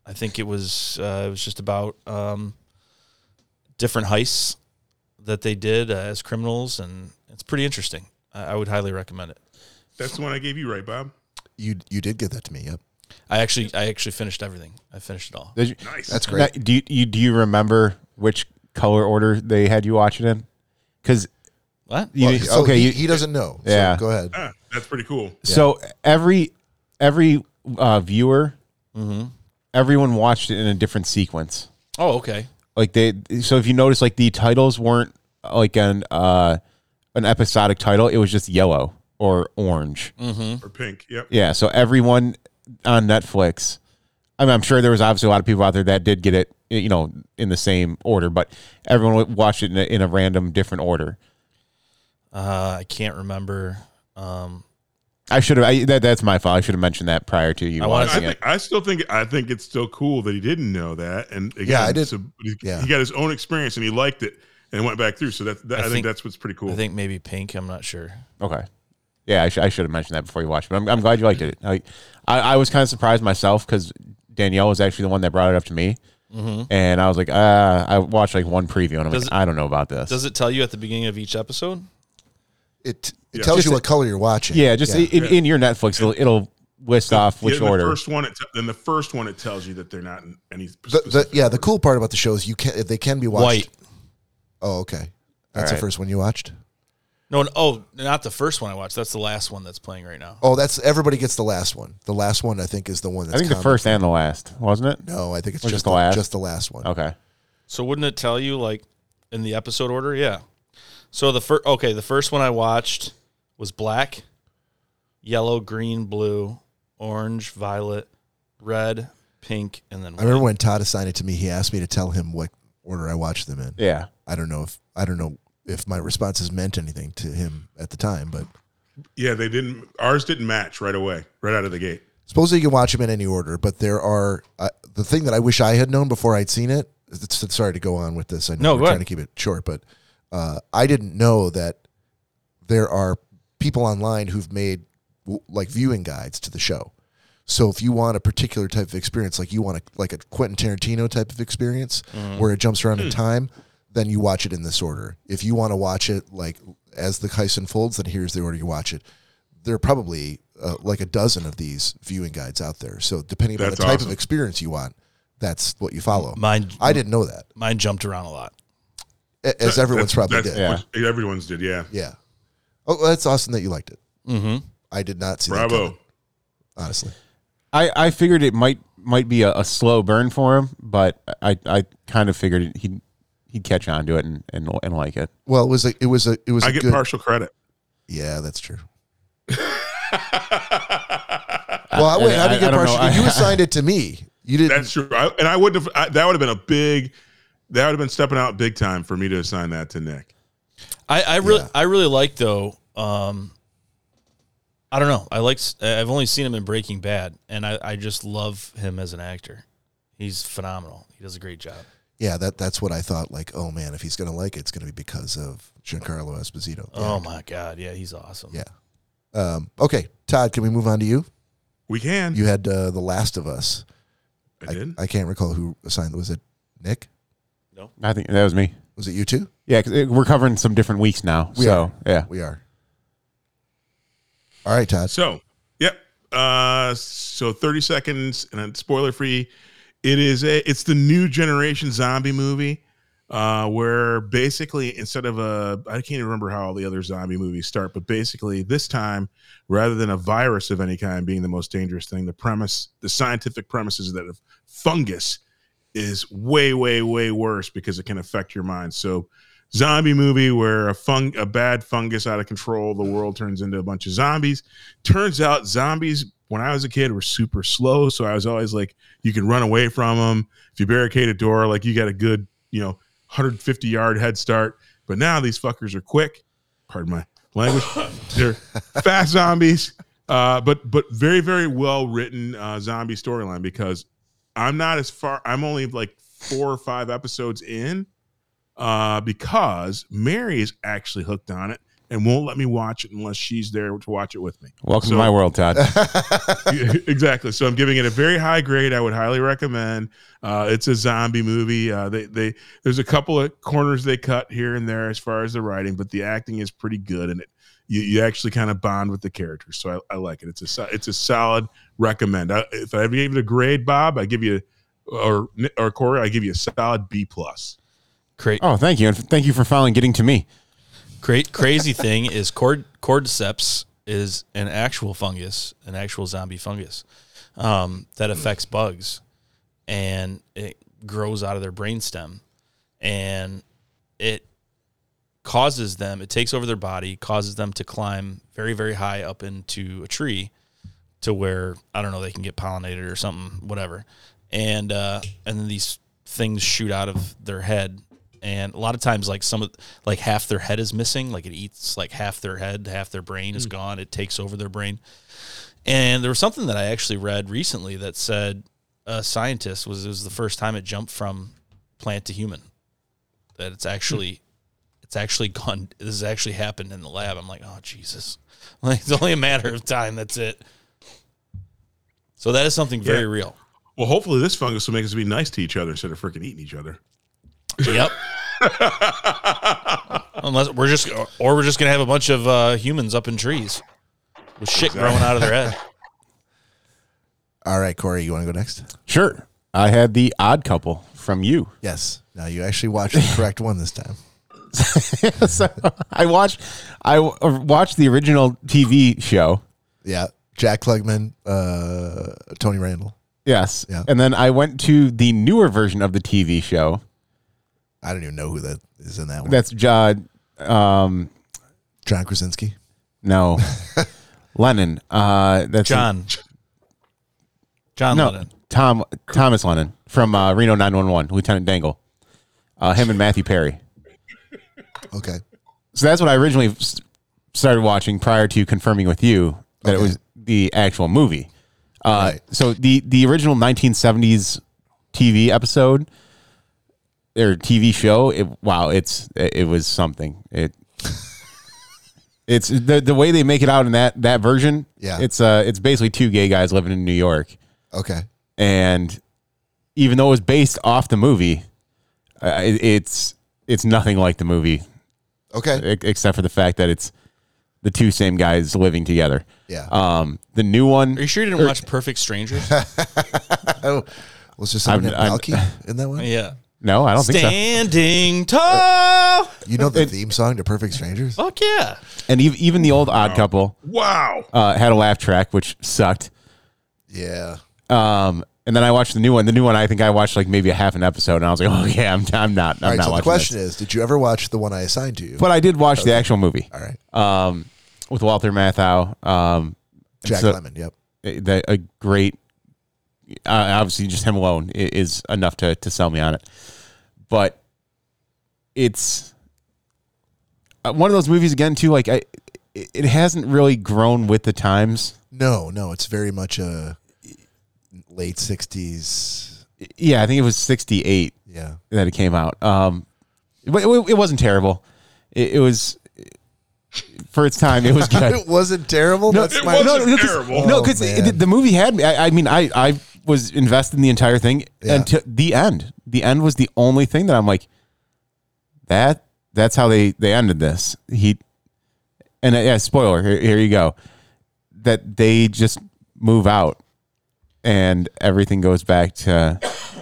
Speaker 4: I think it was uh, it was just about um, different heists that they did uh, as criminals, and it's pretty interesting. I, I would highly recommend it.
Speaker 1: That's the one I gave you, right, Bob?
Speaker 2: you you did get that to me. Yep,
Speaker 4: I actually I actually finished everything. I finished it all.
Speaker 3: Did you,
Speaker 1: Nice.
Speaker 2: that's great.
Speaker 3: Now, do you, you do you remember which color order they had you watch it in? Because
Speaker 4: What?
Speaker 3: you
Speaker 2: Well, so
Speaker 3: okay,
Speaker 2: Oh, he,
Speaker 3: you,
Speaker 2: he doesn't know. So
Speaker 3: Yeah.
Speaker 2: go ahead.
Speaker 1: Ah, that's pretty cool.
Speaker 3: so every every uh, viewer,
Speaker 2: Mm-hmm.
Speaker 3: everyone watched it in a different sequence.
Speaker 4: Oh, okay.
Speaker 3: like they so if you notice like the titles weren't like an uh an episodic title it was just yellow or orange
Speaker 4: Mm. Mm-hmm.
Speaker 2: Hmm.
Speaker 1: Or pink. Yep.
Speaker 3: yeah so everyone on netflix i mean i'm sure there was obviously a lot of people out there that did get it you know in the same order but everyone wa- watched it in a, in a random different order
Speaker 4: Uh, I can't remember. Um,
Speaker 3: i should have I, that, that's my fault i should have mentioned that prior to you
Speaker 4: I wanna
Speaker 1: I
Speaker 3: watching
Speaker 1: think
Speaker 3: it
Speaker 1: I still think I think it's still cool that he didn't know that, and again,
Speaker 2: Yeah, I did.
Speaker 1: so he,
Speaker 2: Yeah.
Speaker 1: he got his own experience and he liked it and went back through. So that, that I, think,
Speaker 4: think-
Speaker 1: that's what's pretty cool.
Speaker 4: I think maybe pink. I'm not sure.
Speaker 3: okay yeah I, sh- I should have mentioned that before you watched it but i'm, I'm glad you liked it I, I, I was kind of surprised myself because danielle was actually the one that brought it up to me
Speaker 4: Mm-hmm.
Speaker 3: and I was like, uh, I watched like one preview, and I'm
Speaker 4: Does
Speaker 3: like,
Speaker 4: it-
Speaker 3: I don't know about this.
Speaker 4: Does it tell you at the beginning of each episode?
Speaker 2: It it
Speaker 1: Yeah.
Speaker 2: tells
Speaker 3: Just
Speaker 2: you
Speaker 3: a-
Speaker 2: what color you're watching.
Speaker 3: yeah, just
Speaker 2: yeah.
Speaker 3: In, in your Netflix, it'll, it'll list off
Speaker 1: Yeah,
Speaker 3: which
Speaker 1: in the
Speaker 3: order.
Speaker 1: First one, it te- then the first one it tells you that they're not in any.
Speaker 2: The, the,
Speaker 1: specific
Speaker 2: yeah. The
Speaker 1: order.
Speaker 2: cool part about the show is you can they can be watched.
Speaker 4: White.
Speaker 2: Oh, okay. That's the
Speaker 3: right.
Speaker 2: first one you watched.
Speaker 4: No, no, oh, not the first one I watched. That's the last one that's playing right now.
Speaker 2: Oh, that's everybody gets the last one. The last one I think is the one that's.
Speaker 3: I think the
Speaker 2: common.
Speaker 3: first and the last, wasn't it?
Speaker 2: No, I think it's
Speaker 3: Or
Speaker 2: just, the last. just the last one.
Speaker 3: Okay.
Speaker 4: So wouldn't it tell you like in the episode order? Yeah. So the first okay, the first one I watched was black, yellow, green, blue, orange, violet, red, pink, and then
Speaker 2: I remember when Todd assigned it to me. He asked me to tell him what order I watched them in.
Speaker 3: Yeah.
Speaker 2: I don't know if I don't know if my responses meant anything to him at the time, but
Speaker 1: Yeah, they didn't. Ours didn't match right away, right out of the gate.
Speaker 2: Supposedly you can watch them in any order, but there are uh, the thing that I wish I had known before I'd seen it. It's, it's- sorry to go on with this. I know
Speaker 4: No,
Speaker 2: we're
Speaker 4: go
Speaker 2: trying
Speaker 4: ahead.
Speaker 2: to keep it short, but uh, I didn't know that there are people online who've made w- like viewing guides to the show. So if you want a particular type of experience, like you want a, like a Quentin Tarantino type of experience
Speaker 1: Mm-hmm.
Speaker 2: where it jumps
Speaker 1: Hmm.
Speaker 2: around in time, then you watch it in this order. If you want to watch it like as the Kais unfolds, then here's the order you watch it. There are probably uh, like a dozen of these viewing guides out there. So depending on the
Speaker 1: That's
Speaker 2: type
Speaker 1: awesome.
Speaker 2: of experience you want, that's what you follow.
Speaker 4: Mine,
Speaker 2: I didn't know that.
Speaker 4: mine jumped around a lot.
Speaker 2: a- As everyone's probably
Speaker 1: That's
Speaker 2: did.
Speaker 3: Yeah.
Speaker 1: what everyone's did. Yeah,
Speaker 2: Yeah. Oh, well, that's awesome that you liked it.
Speaker 4: Mm-hmm.
Speaker 2: I did not see that.
Speaker 1: bravo.
Speaker 2: coming, honestly.
Speaker 3: I, I figured it might might be a, a slow burn for him, but I, I kind of figured he'd he'd catch on to it and, and and like it.
Speaker 2: Well, it was a, it was a, it was a
Speaker 1: I get
Speaker 2: good.
Speaker 1: partial credit.
Speaker 2: yeah, that's true. well, I, wait,
Speaker 3: I-
Speaker 2: how do you
Speaker 3: I-
Speaker 2: get
Speaker 3: I don't
Speaker 2: partial?
Speaker 3: know.
Speaker 2: you assigned it to me. You didn't.
Speaker 1: That's true. I, and I wouldn't have. I, that would have been a big. That would have been stepping out big time for me to assign that to Nick.
Speaker 4: I, I really,
Speaker 2: Yeah.
Speaker 4: I really like though. Um, I don't know. I like. I've only seen him in Breaking Bad, and I, I just love him as an actor. He's phenomenal. He does a great job.
Speaker 2: yeah, that that's what I thought. Like, oh man, if he's gonna like it, it's gonna be because of Giancarlo Esposito.
Speaker 4: Oh my god, yeah, he's awesome.
Speaker 2: Yeah. Yeah. Um, okay, Todd, can we move on to you?
Speaker 1: We can.
Speaker 2: You had uh, The Last of Us.
Speaker 1: I did.
Speaker 2: I can't recall who assigned. Was it Nick?
Speaker 3: I think that was me.
Speaker 2: Was it you two?
Speaker 3: Yeah, 'cause it- we're covering some different weeks now.
Speaker 2: We
Speaker 3: so yeah,
Speaker 2: We are. All right, Todd.
Speaker 1: So, yep. Uh, so thirty seconds and spoiler free. It is a. It's the new generation zombie movie, uh, where basically instead of a, I can't even remember how all the other zombie movies start, but basically this time, rather than a virus of any kind being the most dangerous thing, the premise, the scientific premise is that if fungus is way, way, way worse because it can affect your mind. So, zombie movie where a fung a bad fungus out of control, the world turns into a bunch of zombies. Turns out zombies when I was a kid were super slow, so I was always like, you can run away from them if you barricade a door, like you got a good, you know, 150 yard head start. But now these fuckers are quick. Pardon my language. They're fast zombies. Uh, but but very very well written uh, zombie storyline because I'm not as far. I'm only like four or five episodes in, uh, because Mary is actually hooked on it and won't let me watch it unless she's there to watch it with me.
Speaker 3: welcome
Speaker 1: So-
Speaker 3: to my world, Todd.
Speaker 1: exactly. So I'm giving it a very high grade. I would highly recommend. Uh, it's a zombie movie. Uh, they they there's a couple of corners they cut here and there as far as the writing, but the acting is pretty good, and it you, you actually kind of bond with the characters. So I, I like it. It's a so- it's a solid recommend. I, if I ever gave it a grade, Bob, I give you or or Corey, I give you a solid B plus.
Speaker 4: Great,
Speaker 3: oh, thank you, and thank you for finally getting to me.
Speaker 4: great, crazy thing is cord cordyceps is an actual fungus, an actual zombie fungus um, that affects bugs, and it grows out of their brainstem, and it causes them. It takes over their body, causes them to climb very, very high up into a tree, to where I don't know they can get pollinated or something, whatever, and uh, and then these things shoot out of their head, and a lot of times like some of like half their head is missing, like it eats like half their head, half their brain is gone, it takes over their brain, and there was something that I actually read recently that said a scientist was it was the first time it jumped from plant to human, that it's actually. It's actually gone. This has actually happened in the lab. I'm like, oh Jesus! Like it's only a matter of time. That's it. So that is something very
Speaker 1: Yeah.
Speaker 4: real.
Speaker 1: Well, hopefully this fungus will make us be nice to each other instead of freaking eating each other.
Speaker 4: Yep. Unless we're just, or we're just gonna have a bunch of uh, humans up in trees with shit growing out of their head.
Speaker 2: All right, Corey, you want to go next?
Speaker 3: Sure, I had the Odd Couple from you.
Speaker 2: Yes. Now you actually watched the correct one this time.
Speaker 3: so I watched I w- watched the original TV show.
Speaker 2: Yeah. Jack Klugman, uh, Tony Randall.
Speaker 3: Yes.
Speaker 2: Yeah.
Speaker 3: And then I went to the newer version of the TV show.
Speaker 2: I don't even know who that is in that one.
Speaker 3: That's John. Um,
Speaker 2: John Krasinski.
Speaker 3: no, Lennon. Uh, that's
Speaker 4: John, John
Speaker 3: no,
Speaker 4: Lennon.
Speaker 3: Tom Thomas Lennon from uh, Reno 911, Lieutenant Dangle. Uh, him and Matthew Perry.
Speaker 2: Okay.
Speaker 3: So that's what I originally s- started watching prior to confirming with you that it
Speaker 2: Okay.
Speaker 3: was the actual movie. Uh,
Speaker 2: Right.
Speaker 3: So the the original 1970s TV episode or TV show, it, wow, it's it, it was something. It it's the the way they make it out in that that version.
Speaker 2: Yeah.
Speaker 3: it's uh it's basically two gay guys living in New York,
Speaker 2: Okay.
Speaker 3: and even though it was based off the movie, uh, it, it's it's nothing like the movie
Speaker 2: Okay.
Speaker 3: e- except for the fact that it's the two same guys living together.
Speaker 2: Yeah.
Speaker 3: Um, the new
Speaker 4: Are
Speaker 3: one,
Speaker 4: you sure you didn't watch Perfect Strangers?
Speaker 2: Oh, Was there someone
Speaker 3: I'm-
Speaker 2: named Malky in that one?
Speaker 4: yeah.
Speaker 3: no, I don't think
Speaker 4: Standing tall.
Speaker 2: You know the theme song to Perfect Strangers?
Speaker 4: Fuck yeah.
Speaker 3: so. And ev- even the old Odd Couple
Speaker 1: Wow.
Speaker 3: uh, had a laugh track, which sucked.
Speaker 2: Yeah.
Speaker 3: Um, and then I watched the new one. The new one, I think I watched like maybe a half an episode, and I was like, oh yeah, I'm, I'm not, I'm
Speaker 2: All right.
Speaker 3: not
Speaker 2: So
Speaker 3: watching
Speaker 2: the question
Speaker 3: this.
Speaker 2: is, did you ever watch the one I assigned to you?
Speaker 3: But I did watch the actual movie
Speaker 2: All right.
Speaker 3: um, with Walter Matthau. Um,
Speaker 2: Jack
Speaker 3: so-
Speaker 2: Lemon. Yep.
Speaker 3: eh, that a great uh, obviously just him alone i- is enough to to sell me on it but it's uh, one of those movies again too like i it it hasn't really grown with the times
Speaker 2: No, no, it's very much a late '60s.
Speaker 3: yeah i think it was 68
Speaker 2: Yeah.
Speaker 3: that it came out um but it, it wasn't terrible it, it was for its time it was good
Speaker 2: It wasn't terrible.
Speaker 3: No,
Speaker 2: That's
Speaker 1: it
Speaker 2: my,
Speaker 1: wasn't
Speaker 3: no, no, 'cause-
Speaker 1: terrible.
Speaker 3: No,
Speaker 2: Oh,
Speaker 3: because
Speaker 2: man.
Speaker 3: the movie had me. I, I mean, I I was invested in the entire thing
Speaker 2: Yeah.
Speaker 3: until the end. The end was the only thing that I'm like, that that's how they they ended this. He and uh, yeah, spoiler here, here you go. That they just move out and everything goes back to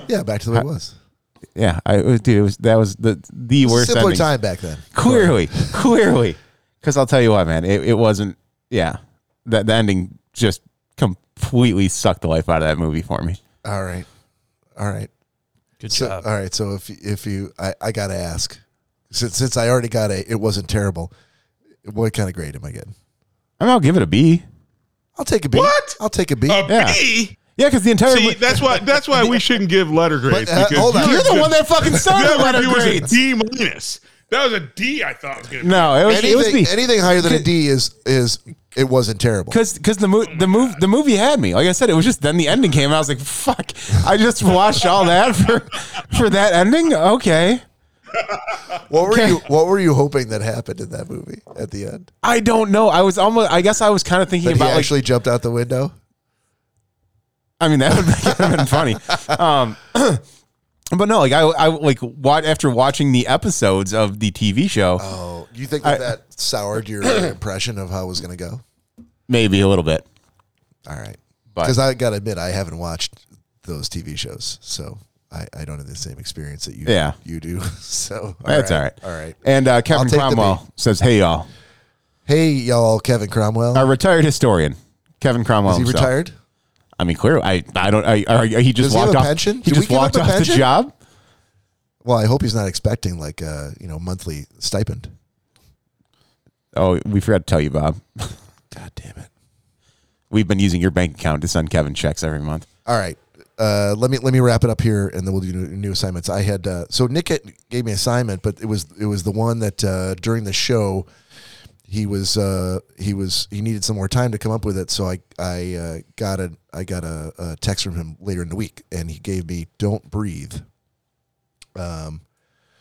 Speaker 2: yeah, back to the way it was.
Speaker 3: yeah. I it was- dude, it was that was the the worst
Speaker 2: Simpler
Speaker 3: ending.
Speaker 2: time back then.
Speaker 3: Clearly, clearly, because I'll tell you what, man, it, it wasn't. Yeah, that the ending just completely sucked the life out of that movie for me.
Speaker 2: All right, all right.
Speaker 4: Good
Speaker 2: So,
Speaker 3: Um,
Speaker 2: uh,
Speaker 4: job.
Speaker 2: all right. So if if you, I, I gotta ask, since since I already got a, it wasn't terrible. What kind of grade am I getting?
Speaker 3: I mean, I'll give it a B.
Speaker 2: I'll take a B.
Speaker 1: What?
Speaker 2: I'll take a B.
Speaker 1: A
Speaker 3: Yeah.
Speaker 1: B?
Speaker 3: Yeah, because the entire
Speaker 1: See,
Speaker 3: mo-
Speaker 1: that's why that's why we shouldn't give letter grades.
Speaker 2: uh,
Speaker 1: because
Speaker 2: hold on.
Speaker 3: you're the one that fucking started
Speaker 1: that
Speaker 3: the letter
Speaker 1: review was a
Speaker 3: grades.
Speaker 1: D minus. That was a D. I thought was gonna be.
Speaker 3: No, it was it was
Speaker 2: anything,
Speaker 3: B.
Speaker 2: anything higher than a D is is it wasn't terrible.
Speaker 3: Because the mo- the move the movie had me. Like I said, it was just then the ending came. And I was like, fuck. I just watched all that for for that ending. Okay.
Speaker 2: What were you What were you hoping that happened in that movie at the end?
Speaker 3: I don't know. I was almost. I guess I was kind of thinking
Speaker 2: That he
Speaker 3: about like
Speaker 2: actually jumped out the window.
Speaker 3: I mean, that would that would have been funny. Um, but no, like I, I like what after watching the episodes of the TV show,
Speaker 2: Oh, you think that, that soured your impression of how it was going to go?
Speaker 3: maybe a little bit.
Speaker 2: All right,
Speaker 3: But-
Speaker 2: because I got to admit I haven't watched those TV shows, so I, I don't have the same experience that you
Speaker 3: Yeah.
Speaker 2: you do. So all
Speaker 3: That's all right.
Speaker 2: all right.
Speaker 3: And uh,
Speaker 2: I'll
Speaker 3: Kevin
Speaker 2: take the
Speaker 3: Cromwell says, "Hey y'all,
Speaker 2: Hey y'all, Kevin Cromwell.
Speaker 3: our retired historian, Kevin Cromwell.
Speaker 2: Is he
Speaker 3: himself.
Speaker 2: retired?
Speaker 3: I mean, clearly, I I don't. I, I, he
Speaker 2: Does
Speaker 3: just
Speaker 2: he
Speaker 3: walked
Speaker 2: have a
Speaker 3: off.
Speaker 2: pension?
Speaker 3: He
Speaker 2: Did we
Speaker 3: just
Speaker 2: give
Speaker 3: walked
Speaker 2: him a
Speaker 3: off the
Speaker 2: pension?
Speaker 3: job.
Speaker 2: Well, I hope he's not expecting like a you know monthly stipend.
Speaker 3: Oh, we forgot to tell you, Bob.
Speaker 2: God damn it!
Speaker 3: We've been using your bank account to send Kevin checks every month.
Speaker 2: All right. Uh, let me let me wrap it up here, and then we'll do new, new assignments. I had uh, so Nick had, gave me an assignment, but it was it was the one that uh, during the show he was uh, he was he needed some more time to come up with it. So I I uh, got a I got a, a text from him later in the week, and he gave me "Don't Breathe." Um,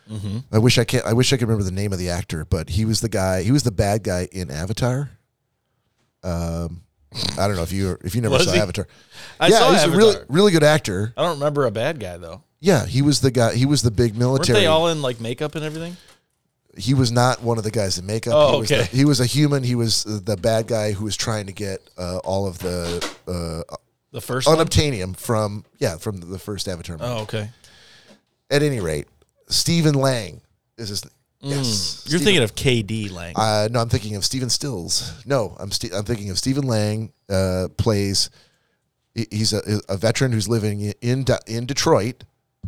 Speaker 4: Mm-hmm.
Speaker 2: I wish I can not I wish I could remember the name of the actor, but he was the guy. He was the bad guy in Avatar. Um, I don't know if you if you never
Speaker 4: Was
Speaker 2: saw
Speaker 4: he?
Speaker 2: Avatar
Speaker 4: I
Speaker 2: yeah,
Speaker 4: saw
Speaker 2: he's
Speaker 4: Avatar.
Speaker 2: a really really good actor.
Speaker 4: I don't remember a bad guy though.
Speaker 2: Yeah, he was the guy. He was the big
Speaker 4: Weren't
Speaker 2: military.
Speaker 4: they all in like makeup and everything?
Speaker 2: he was not one of the guys in makeup.
Speaker 4: Oh,
Speaker 2: he was
Speaker 4: okay.
Speaker 2: The, he was a human. He was uh, the bad guy who was trying to get uh, all of the uh,
Speaker 4: The first one.
Speaker 2: unobtainium from yeah from the first Avatar. movie.
Speaker 4: Oh, okay. Oh.
Speaker 2: At any rate, Stephen Lang is his. Yes,
Speaker 4: Mm. You're
Speaker 2: Stephen-
Speaker 4: thinking of KD Lang.
Speaker 2: Uh, no, I'm thinking of Stephen Stills. No, I'm Ste- I'm thinking of Stephen Lang. Uh, plays. he- He's a, a veteran who's living in De- in Detroit,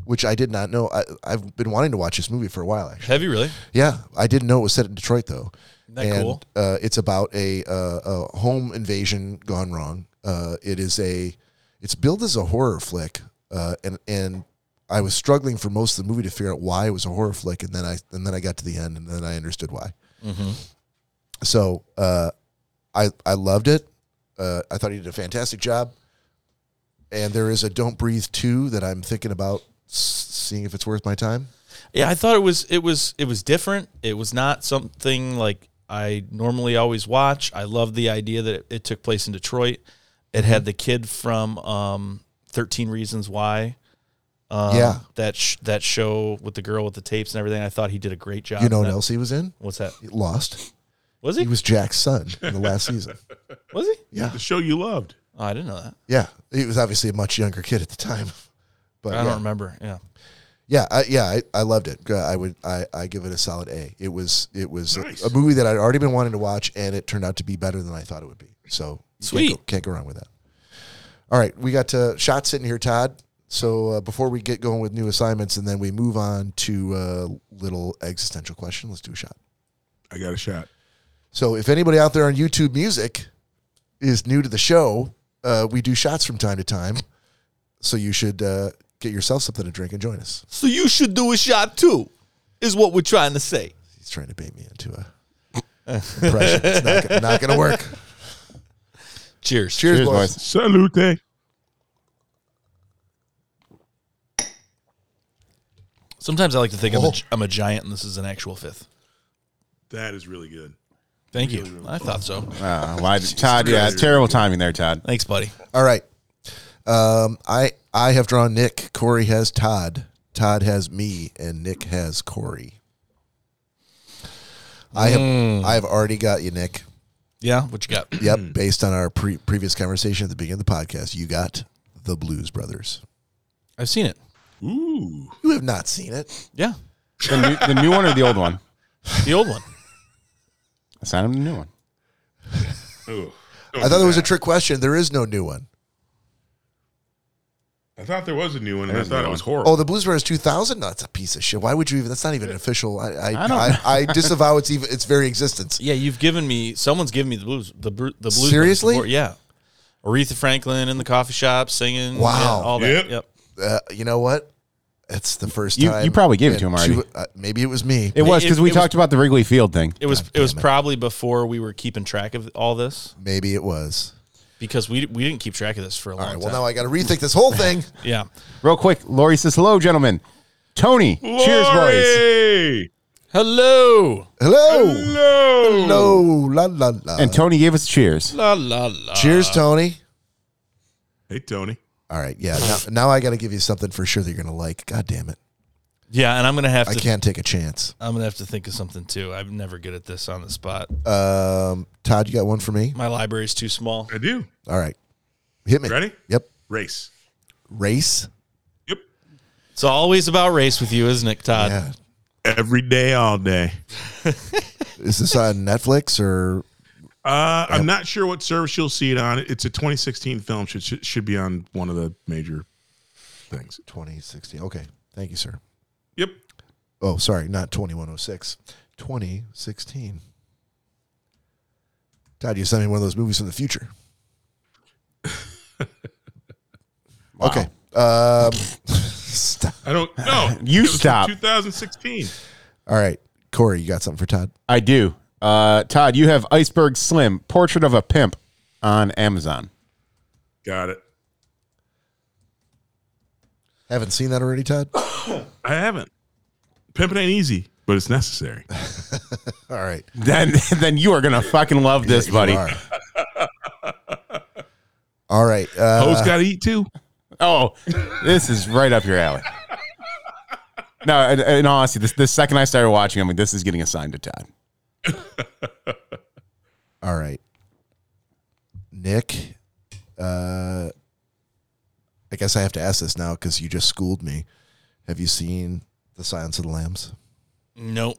Speaker 2: which I did not know. I, I've been wanting to watch this movie for a while, actually.
Speaker 4: Have you really?
Speaker 2: Yeah, I didn't know it was set in Detroit though.
Speaker 4: that
Speaker 2: and
Speaker 4: cool?
Speaker 2: uh, it's about a, uh, a home invasion gone wrong. Uh, it is a it's billed as a horror flick, uh, and and I was struggling for most of the movie
Speaker 4: Mm-hmm.
Speaker 2: to figure out why it was a horror flick, and then I and then I got to the end, and then I understood why. So uh, I I loved it. Uh, I thought he did a fantastic job. And there is a Don't Breathe two that I'm thinking about s- seeing if it's worth my time.
Speaker 4: Yeah, I thought it was it was it was different. It was not something like I normally always watch. I love the idea that it, it took place in Detroit. It had the kid from um, Thirteen Reasons Why. Um,
Speaker 2: Yeah.
Speaker 4: that sh- that show with the girl with the tapes and everything. I thought he did a great job.
Speaker 2: You know
Speaker 4: in
Speaker 2: what
Speaker 4: Uh, that.
Speaker 2: else he was in?
Speaker 4: What's that?
Speaker 2: Lost.
Speaker 4: Was
Speaker 2: He
Speaker 4: he?
Speaker 2: was Jack's son in the last season.
Speaker 4: Was he?
Speaker 2: Yeah,
Speaker 1: The show you loved.
Speaker 4: Oh, I didn't know that.
Speaker 2: yeah. He was obviously a much younger kid at the time, but
Speaker 4: I
Speaker 2: yeah.
Speaker 4: don't remember. Yeah.
Speaker 2: Yeah, I, yeah, I, I loved it. Uh, I would, I, I give it a solid A. It was, it was a-
Speaker 1: Nice.
Speaker 2: a, movie that I'd already been wanting to watch, and it turned out to be better than I thought it would be. So you
Speaker 4: Sweet.
Speaker 2: can't go, can't go wrong with that. All right, we got uh, shot sitting here, Todd. So uh, before we get going with new assignments, and then we move on to uh, little existential question. Let's do a shot.
Speaker 1: I got a shot.
Speaker 2: So if anybody out there on YouTube Music is new to the show, uh, we do shots from time to time. So you should uh, get yourself something to drink and join us.
Speaker 4: So you should do a shot too, is what we're trying to say.
Speaker 2: He's trying to bait me into a impression. It's not, gonna- not going to work. Cheers,
Speaker 4: Cheers.
Speaker 3: Cheers,
Speaker 2: boys.
Speaker 3: boys.
Speaker 1: Salute.
Speaker 4: Sometimes I like to think
Speaker 2: Oh.
Speaker 4: I'm, a, gi- I'm a giant and this is an actual fifth.
Speaker 1: That is really good.
Speaker 4: Thank you. I thought so.
Speaker 3: Uh, why, Todd, yeah, terrible timing there, Todd.
Speaker 4: Thanks, buddy.
Speaker 2: All right. Um, I I have drawn Nick. Corey has Todd. Todd has me, and Nick has Corey. I have I have already got you, Nick.
Speaker 4: Yeah. What you got?
Speaker 2: Yep.
Speaker 3: Hmm.
Speaker 2: Based on our pre- previous conversation at the beginning of the podcast, you got the Blues Brothers.
Speaker 4: I've seen it.
Speaker 1: Ooh.
Speaker 2: You have not seen it.
Speaker 4: Yeah.
Speaker 3: The new, the new one or the old one?
Speaker 4: The old one.
Speaker 3: Assign him the new one.
Speaker 1: Ooh.
Speaker 2: I thought it was a trick question. There is no new one.
Speaker 1: I thought there was a new one. and I
Speaker 3: There's
Speaker 1: thought
Speaker 3: no
Speaker 1: it was
Speaker 3: one.
Speaker 1: horrible.
Speaker 2: Oh, the Blues Brothers 2000? No, that's a piece of shit. Why would you even? That's not even an official. I I,
Speaker 3: don't
Speaker 2: I, I disavow its even its very existence.
Speaker 4: Yeah, you've given me. Someone's given me the blues. The bru- the blues.
Speaker 2: Seriously?
Speaker 4: before, Yeah. Aretha Franklin in the coffee shop singing.
Speaker 2: Wow.
Speaker 4: yeah, all that.
Speaker 1: Yep.
Speaker 4: Yep.
Speaker 2: Uh, you know what? It's the first
Speaker 3: You-
Speaker 2: time.
Speaker 3: you probably gave it
Speaker 2: in
Speaker 3: to him already.
Speaker 2: two- uh, maybe it was me.
Speaker 3: It was
Speaker 4: It-
Speaker 3: because we
Speaker 4: it was-
Speaker 3: talked about the Wrigley Field thing.
Speaker 4: It was it was probably before we were keeping track of all this
Speaker 2: maybe it was.
Speaker 4: because we we didn't keep track of this for a
Speaker 3: Oh,
Speaker 4: long
Speaker 2: All right.
Speaker 4: time.
Speaker 2: Well, now I got to rethink this whole thing.
Speaker 4: yeah.
Speaker 3: Real quick, Lori says hello, gentlemen. Tony,
Speaker 1: Oh,
Speaker 3: cheers, boys.
Speaker 1: Lori!
Speaker 4: Hello.
Speaker 2: Hello.
Speaker 1: Hello.
Speaker 2: Hello. La la la.
Speaker 3: And Tony gave us cheers.
Speaker 4: La la la.
Speaker 2: Cheers, Tony.
Speaker 1: Hey, Tony.
Speaker 2: All right. Yeah. Now, now I got to give you something for sure that you're gonna like. God damn it!
Speaker 4: Yeah, and I'm gonna have
Speaker 2: I
Speaker 4: to.
Speaker 2: can't take a chance.
Speaker 4: I'm gonna have to think of something too. I'm never good at this on the spot.
Speaker 2: Um, Todd, you got one for me.
Speaker 4: My library's too small.
Speaker 1: I do.
Speaker 2: All right. Hit me.
Speaker 1: Ready?
Speaker 2: Yep.
Speaker 1: Race.
Speaker 2: Race.
Speaker 1: Yep.
Speaker 4: It's always about race with you, isn't it, Todd?
Speaker 2: Yeah.
Speaker 1: Every day, all day.
Speaker 2: Is this on Netflix or?
Speaker 1: Uh, I'm not sure what service you'll see it on. It's a 2016 film. Should should, should be on one of the major things.
Speaker 2: 2016. Okay. Thank you, sir.
Speaker 1: Yep.
Speaker 2: Oh, sorry, not 2106. 2016. Todd, you sent me one of those movies from the future. Okay. Um, stop.
Speaker 1: I don't know.
Speaker 3: You
Speaker 1: It was from
Speaker 3: stop.
Speaker 1: 2016.
Speaker 2: All right. Corey, you got something for Todd?
Speaker 3: I do. Uh, Todd, you have Iceberg Slim, Portrait of a Pimp on Amazon.
Speaker 1: Got it.
Speaker 2: Haven't seen that already, Todd? All
Speaker 1: I haven't. Pimping ain't easy, but it's necessary.
Speaker 2: right.
Speaker 3: Then, then you are gonna fucking love this, buddy.
Speaker 2: You are. All right. Uh,
Speaker 1: Hoes got to eat too.
Speaker 3: Oh, this is right up your alley. No, in- in all honesty, this, the second I started watching, I'm like, this is getting assigned to Todd.
Speaker 2: all right. Nick, uh, I guess I have to ask this now because you just schooled me. Have you seen The Silence of the Lambs?
Speaker 4: Nope.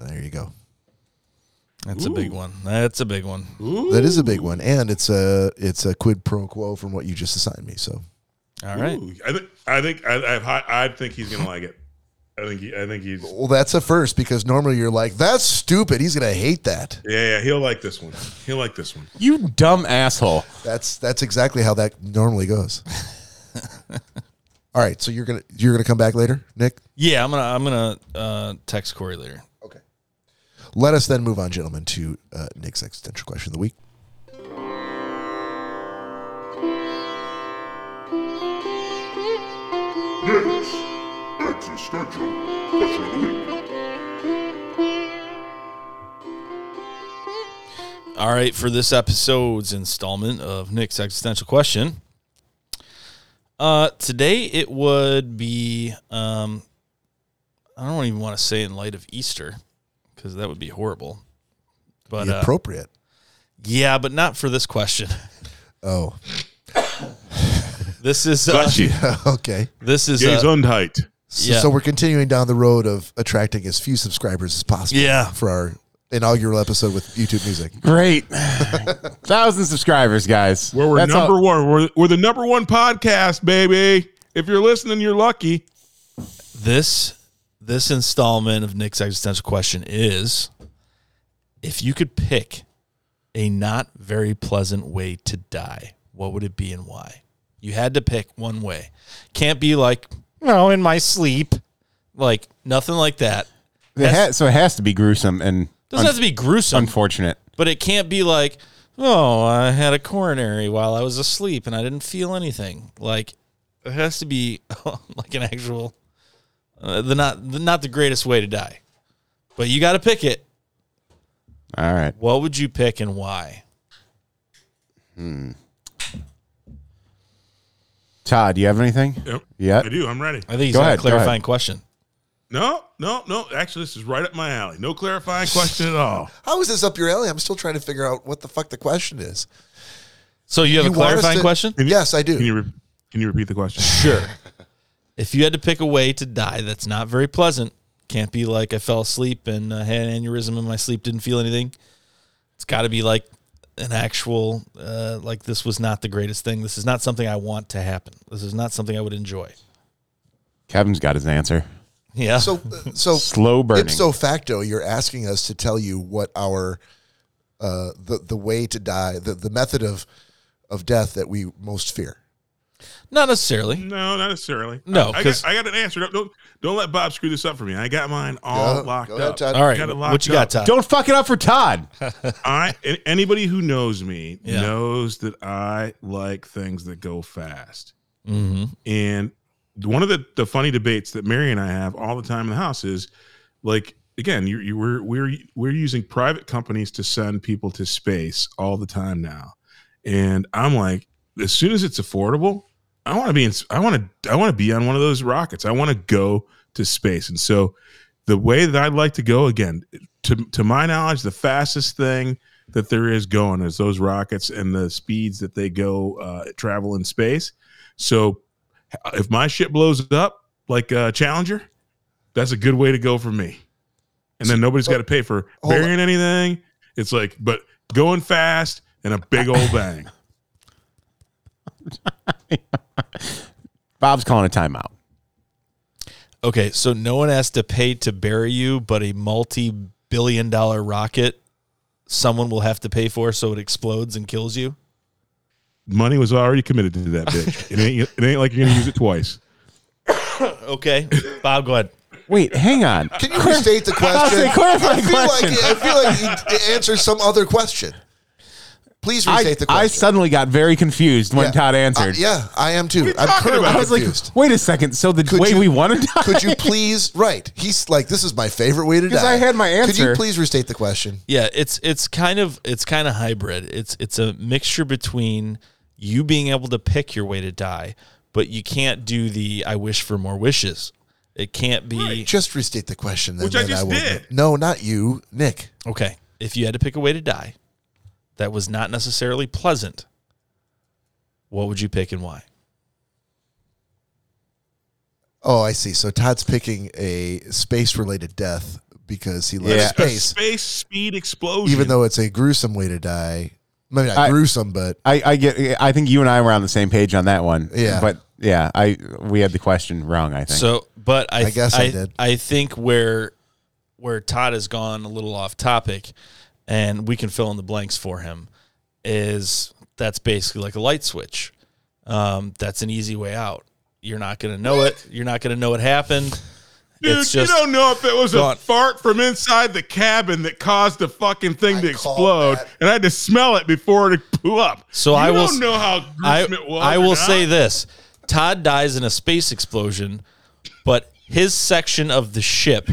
Speaker 2: There you go.
Speaker 4: That's a big one. That's a big one.
Speaker 2: That is a big one, and it's a it's a quid pro quo from what you just assigned me. So
Speaker 4: All right.
Speaker 1: Ooh, I think. I think. I, I, have high, I think he's gonna like it. I think. He, I think he's.
Speaker 2: well, that's a first because normally you're like, that's stupid. He's gonna hate that.
Speaker 1: Yeah, yeah. He'll like this one. He'll like this one.
Speaker 3: You dumb asshole.
Speaker 2: That's that's exactly how that normally goes. All right, so you're gonna you're gonna come back later, Nick.
Speaker 4: Yeah, I'm gonna I'm gonna uh, text Corey later.
Speaker 2: Okay. Let us then move on, gentlemen, to uh, Nick's existential question of the week.
Speaker 6: Nick's existential question of the week.
Speaker 4: All right, for this episode's installment of Nick's Existential Question. Uh, today it would be, um, I don't even want to say in light of Easter because that would be horrible. But
Speaker 2: The
Speaker 4: uh,
Speaker 2: appropriate.
Speaker 4: yeah, but not for this question.
Speaker 2: Oh,
Speaker 4: This is uh,
Speaker 1: Got you.
Speaker 2: okay.
Speaker 4: this is
Speaker 1: Gaze
Speaker 4: uh,
Speaker 1: untight.
Speaker 2: So,
Speaker 4: Yeah.
Speaker 2: so we're continuing down the road of attracting as few subscribers as possible
Speaker 4: yeah.
Speaker 2: for our inaugural episode with YouTube Music.
Speaker 3: Great. Thousand subscribers, guys.
Speaker 1: Where we're
Speaker 3: That's
Speaker 1: number
Speaker 3: all-
Speaker 1: one. We're, we're the number one podcast, baby. If you're listening, you're lucky.
Speaker 4: This this installment of Nick's Existential Question is, if you could pick a not very pleasant way to die, what would it be and why? You had to pick one way. Can't be like, no, in my sleep. Like nothing like that.
Speaker 3: It ha- so it has to be gruesome and
Speaker 4: Doesn't have to be gruesome,
Speaker 3: unfortunate.
Speaker 4: but it can't be like, oh, I had a coronary while I was asleep and I didn't feel anything. Like it has to be like an actual, uh, the not the, not the greatest way to die, but you got to pick it.
Speaker 3: All right.
Speaker 4: What would you pick and why?
Speaker 3: Todd, do you have anything?
Speaker 1: Yep.
Speaker 3: Yeah.
Speaker 1: I do. I'm ready.
Speaker 4: I think he's
Speaker 3: Go
Speaker 4: got
Speaker 3: ahead,
Speaker 4: a
Speaker 3: go ahead.
Speaker 4: clarifying question.
Speaker 1: No, no, no. Actually, this is right up my alley. No clarifying question at all.
Speaker 2: How is this up your alley? I'm still trying to figure out what the fuck the question is.
Speaker 4: So you have
Speaker 2: You
Speaker 4: a
Speaker 2: want us
Speaker 4: clarifying
Speaker 2: to-
Speaker 4: question?
Speaker 2: yes, I do.
Speaker 1: Can you re- can you repeat the question?
Speaker 4: Sure. if you had to pick a way to die that's not very pleasant, can't be like I fell asleep and uh, had an aneurysm in my sleep, didn't feel anything. It's got to be like an actual, uh, like this was not the greatest thing. This is not something I want to happen. This is not something I would enjoy.
Speaker 3: Kevin's got his answer.
Speaker 4: Yeah.
Speaker 2: so, uh, so
Speaker 3: Slow burning.
Speaker 2: ipso facto, you're asking us to tell you what our uh, the the way to die, the, the method of of death that we most fear.
Speaker 4: not necessarily.
Speaker 1: No, not necessarily.
Speaker 4: No,
Speaker 1: I- I,
Speaker 4: 'cause-
Speaker 1: got, I got an answer. Don't, don't don't let Bob screw this up for me. I got mine all
Speaker 2: Go-
Speaker 1: locked
Speaker 2: Oh, go ahead,
Speaker 1: up.
Speaker 2: Todd.
Speaker 4: All right.
Speaker 1: Got it
Speaker 4: What
Speaker 1: locked
Speaker 4: you got,
Speaker 1: up.
Speaker 4: Todd?
Speaker 3: Don't fuck it up for Todd.
Speaker 1: I a- anybody who knows me
Speaker 4: Yeah.
Speaker 1: knows that I like things that go fast.
Speaker 4: hmm
Speaker 1: And one of the, the funny debates that Mary and I have all the time in the house is like again, you you we're we're we're using private companies to send people to space all the time now. And I'm like, as soon as it's affordable, I want to be in s- I want to I want to be on one of those rockets. I want to go to space. And so the way that I'd like to go again, to to my knowledge, the fastest thing that there is going is those rockets and the speeds that they go uh, travel in space. So if my ship blows up like uh, Challenger, that's a good way to go for me. And then nobody's got to pay
Speaker 4: uh,
Speaker 1: for
Speaker 2: Hold on.
Speaker 1: burying anything. It's like, but going fast and a big old bang.
Speaker 3: Bob's calling a timeout.
Speaker 4: Okay. So no one has to pay to bury you, but a multi billion dollar rocket someone will have to pay for so it explodes and kills you.
Speaker 1: Money was already committed to that bitch. It ain't, it ain't like you're gonna use it twice.
Speaker 4: Okay. Bob, go ahead.
Speaker 3: Wait, hang on.
Speaker 2: Can you restate the
Speaker 3: I was
Speaker 2: question?
Speaker 3: saying, clarify
Speaker 2: I
Speaker 3: the
Speaker 2: feel
Speaker 3: question.
Speaker 2: like I feel like you d- answer some other question. Please
Speaker 3: I,
Speaker 2: restate the question.
Speaker 3: I suddenly got very confused when
Speaker 2: Yeah.
Speaker 3: Todd answered.
Speaker 2: Uh, yeah, I am too. I'm
Speaker 1: talking
Speaker 2: currently
Speaker 1: about?
Speaker 3: I was like,
Speaker 2: confused.
Speaker 3: wait a second. So the way
Speaker 2: you-
Speaker 3: we want to die.
Speaker 2: could you please? Right, he's like, this is my favorite way to die.
Speaker 3: 'Cause I had my
Speaker 2: Could you
Speaker 3: answer.
Speaker 2: please restate the question?
Speaker 4: Yeah, it's it's kind of it's kind of hybrid. It's it's a mixture between you being able to pick your way to die, but you can't do the I wish for more wishes. It can't be
Speaker 2: Just restate the question, then,
Speaker 1: Which I
Speaker 2: then
Speaker 1: just
Speaker 2: will-
Speaker 1: did.
Speaker 2: No, not you, Nick.
Speaker 4: okay. If you had to pick a way to die that was not necessarily pleasant, what would you pick and why?
Speaker 2: Oh, I see. So Todd's picking a space-related death because he loves
Speaker 3: Yeah.
Speaker 1: A
Speaker 2: space,
Speaker 1: space speed explosion.
Speaker 2: even though it's a gruesome way to die. Maybe not
Speaker 3: I-
Speaker 2: gruesome, but
Speaker 3: I, I get. I think you and I were on the same page on that one.
Speaker 2: Yeah.
Speaker 3: But yeah, I we had the question wrong. I think.
Speaker 4: So, but I,
Speaker 2: I guess I did.
Speaker 4: I think where where Todd has gone a little off topic, and we can fill in the blanks for him, is that's basically like a light switch. Um, that's an easy way out. You're not going to know it. You're not going to know it happened.
Speaker 1: Dude,
Speaker 4: it's just
Speaker 1: you don't know if it was
Speaker 4: gone.
Speaker 1: a fart from inside the cabin that caused the fucking thing to explode, and I had to smell it before it blew up.
Speaker 4: So
Speaker 1: you
Speaker 4: I will
Speaker 1: don't
Speaker 4: s-
Speaker 1: know how
Speaker 4: I,
Speaker 1: gruesome it was.
Speaker 4: I
Speaker 1: or
Speaker 4: will
Speaker 1: not.
Speaker 4: say this Todd dies in a space explosion, but his section of the ship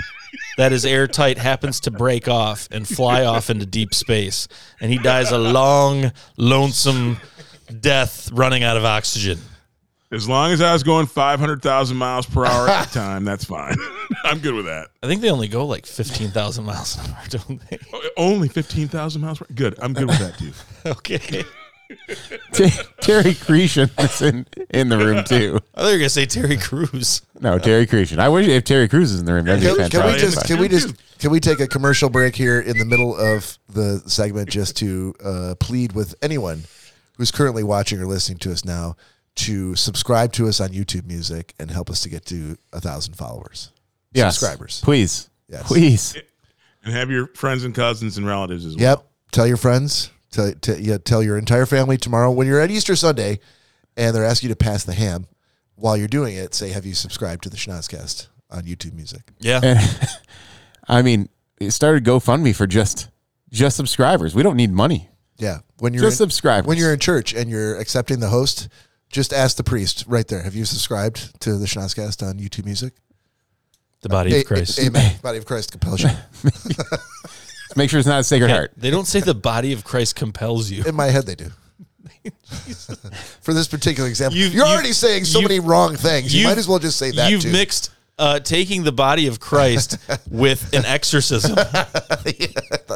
Speaker 4: that is airtight happens to break off and fly off into deep space. And he dies a long, lonesome death running out of oxygen.
Speaker 1: as long as I was going five hundred thousand miles per hour at the time, that's fine. I'm good with that.
Speaker 4: I think they only go like 15,000 miles an hour, don't they?
Speaker 1: Only fifteen thousand miles. Per- good. I'm good with that too.
Speaker 4: Okay.
Speaker 3: Ter- Terry Creation is in, in the room too.
Speaker 4: I thought you were going to say Terry Crews.
Speaker 3: No, Terry Creation. I wish if Terry Crews is in the room, that'd be
Speaker 2: Can, can we
Speaker 3: fantastic.
Speaker 2: just can we just
Speaker 1: Dude.
Speaker 2: can we take a commercial break here in the middle of the segment just to uh, plead with anyone who's currently watching or listening to us now to subscribe to us on YouTube Music and help us to get to a thousand followers.
Speaker 3: Yes.
Speaker 2: subscribers.
Speaker 3: Please.
Speaker 2: Yes.
Speaker 3: Please.
Speaker 1: and have your friends and cousins and relatives as well.
Speaker 2: Yep. Tell your friends. Tell t- yeah, tell your entire family tomorrow when you're at Easter Sunday, and they're asking you to pass the ham. While you're doing it, say, "Have you subscribed to the Schnozcast on YouTube Music?"
Speaker 4: Yeah.
Speaker 3: I mean, it started GoFundMe for just just subscribers. We don't need money.
Speaker 2: Yeah, when you're
Speaker 3: Just
Speaker 2: in,
Speaker 3: subscribers.
Speaker 2: when you're in church and you're accepting the host, just ask the priest right there. Have you subscribed to the Schnozcast on YouTube Music?
Speaker 4: The body
Speaker 2: A-
Speaker 4: of Christ.
Speaker 2: a- amen. Body of Christ compels you.
Speaker 3: Just make sure it's not a Sacred Heart.
Speaker 4: They don't say the body of Christ compels you.
Speaker 2: In my head, they do. For this particular example,
Speaker 4: You've-
Speaker 2: you, are
Speaker 4: you've-
Speaker 2: already saying so
Speaker 4: you've-
Speaker 2: many wrong things. You might as well just say that.
Speaker 4: You've
Speaker 2: too.
Speaker 4: mixed uh, taking the body of Christ with an exorcism.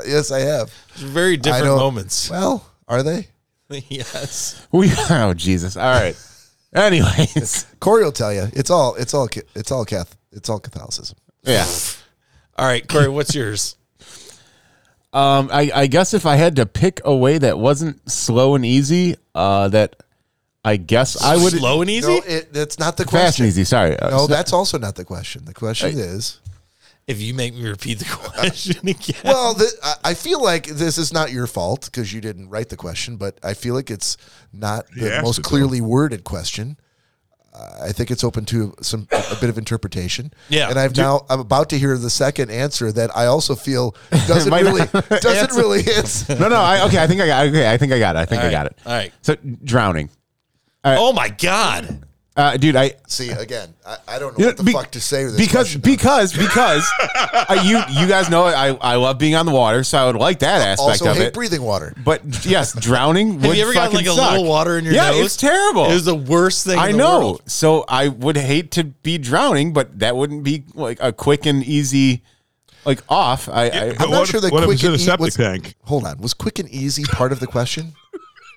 Speaker 2: yes, I have.
Speaker 4: Very
Speaker 2: I
Speaker 4: different
Speaker 2: don't-
Speaker 4: moments.
Speaker 2: Well, are they?
Speaker 4: yes.
Speaker 3: We oh Jesus. All right. Anyways.
Speaker 2: Corey will tell you. It's all. It's all. ca- It's all Cath. It's all Catholicism.
Speaker 3: Yeah.
Speaker 4: All right, Corey, what's yours?
Speaker 3: Um, I, I guess if I had to pick a way that wasn't slow and easy, uh, that I guess I would
Speaker 4: slow and easy.
Speaker 2: No, it, that's not the
Speaker 3: fast
Speaker 2: question.
Speaker 3: and easy. Sorry. Uh,
Speaker 2: No,
Speaker 3: so-
Speaker 2: that's also not the question. The question is.
Speaker 4: if you make me repeat the question again,
Speaker 2: Well, th- I- I feel like this is not your fault because you didn't write the question, but I feel like it's not
Speaker 1: He
Speaker 2: the
Speaker 1: asked
Speaker 2: most
Speaker 1: it, though.
Speaker 2: clearly worded question. Uh, I think it's open to some a bit of interpretation.
Speaker 4: Yeah.
Speaker 2: and I've now I'm about to hear the second answer that I also feel doesn't
Speaker 3: Might
Speaker 2: really
Speaker 3: not
Speaker 2: doesn't really answer.
Speaker 3: no, no. I, okay, I think I got. Okay, I think I got it. I think I
Speaker 4: All
Speaker 3: got
Speaker 4: right,
Speaker 3: it.
Speaker 4: all right.
Speaker 3: So drowning,
Speaker 4: oh my god,
Speaker 3: uh, dude. I
Speaker 2: See again, I, I don't know
Speaker 3: you know,
Speaker 2: what the
Speaker 3: be-
Speaker 2: fuck to say with this
Speaker 3: because
Speaker 2: question.
Speaker 3: because because uh, you you guys know I I love being on the water, so I would like that aspect
Speaker 2: also
Speaker 3: of
Speaker 2: hate
Speaker 3: it.
Speaker 2: breathing water.
Speaker 3: But yes, drowning.
Speaker 4: have
Speaker 3: would
Speaker 4: you ever gotten like
Speaker 3: fucking
Speaker 4: a
Speaker 3: suck.
Speaker 4: little water in your
Speaker 3: yeah,
Speaker 4: nose?
Speaker 3: it's terrible.
Speaker 4: It was the worst thing.
Speaker 3: I
Speaker 4: in the
Speaker 3: know.
Speaker 4: world.
Speaker 3: So I would hate to be drowning, but that wouldn't be like a quick and easy, like off. I, I
Speaker 1: But
Speaker 2: not
Speaker 1: what,
Speaker 2: sure
Speaker 1: if-
Speaker 2: that
Speaker 1: what if
Speaker 2: quick
Speaker 1: it's in
Speaker 2: and
Speaker 1: a
Speaker 2: eat
Speaker 1: septic
Speaker 2: was-
Speaker 1: tank?
Speaker 2: Hold on, was quick and easy part of the question?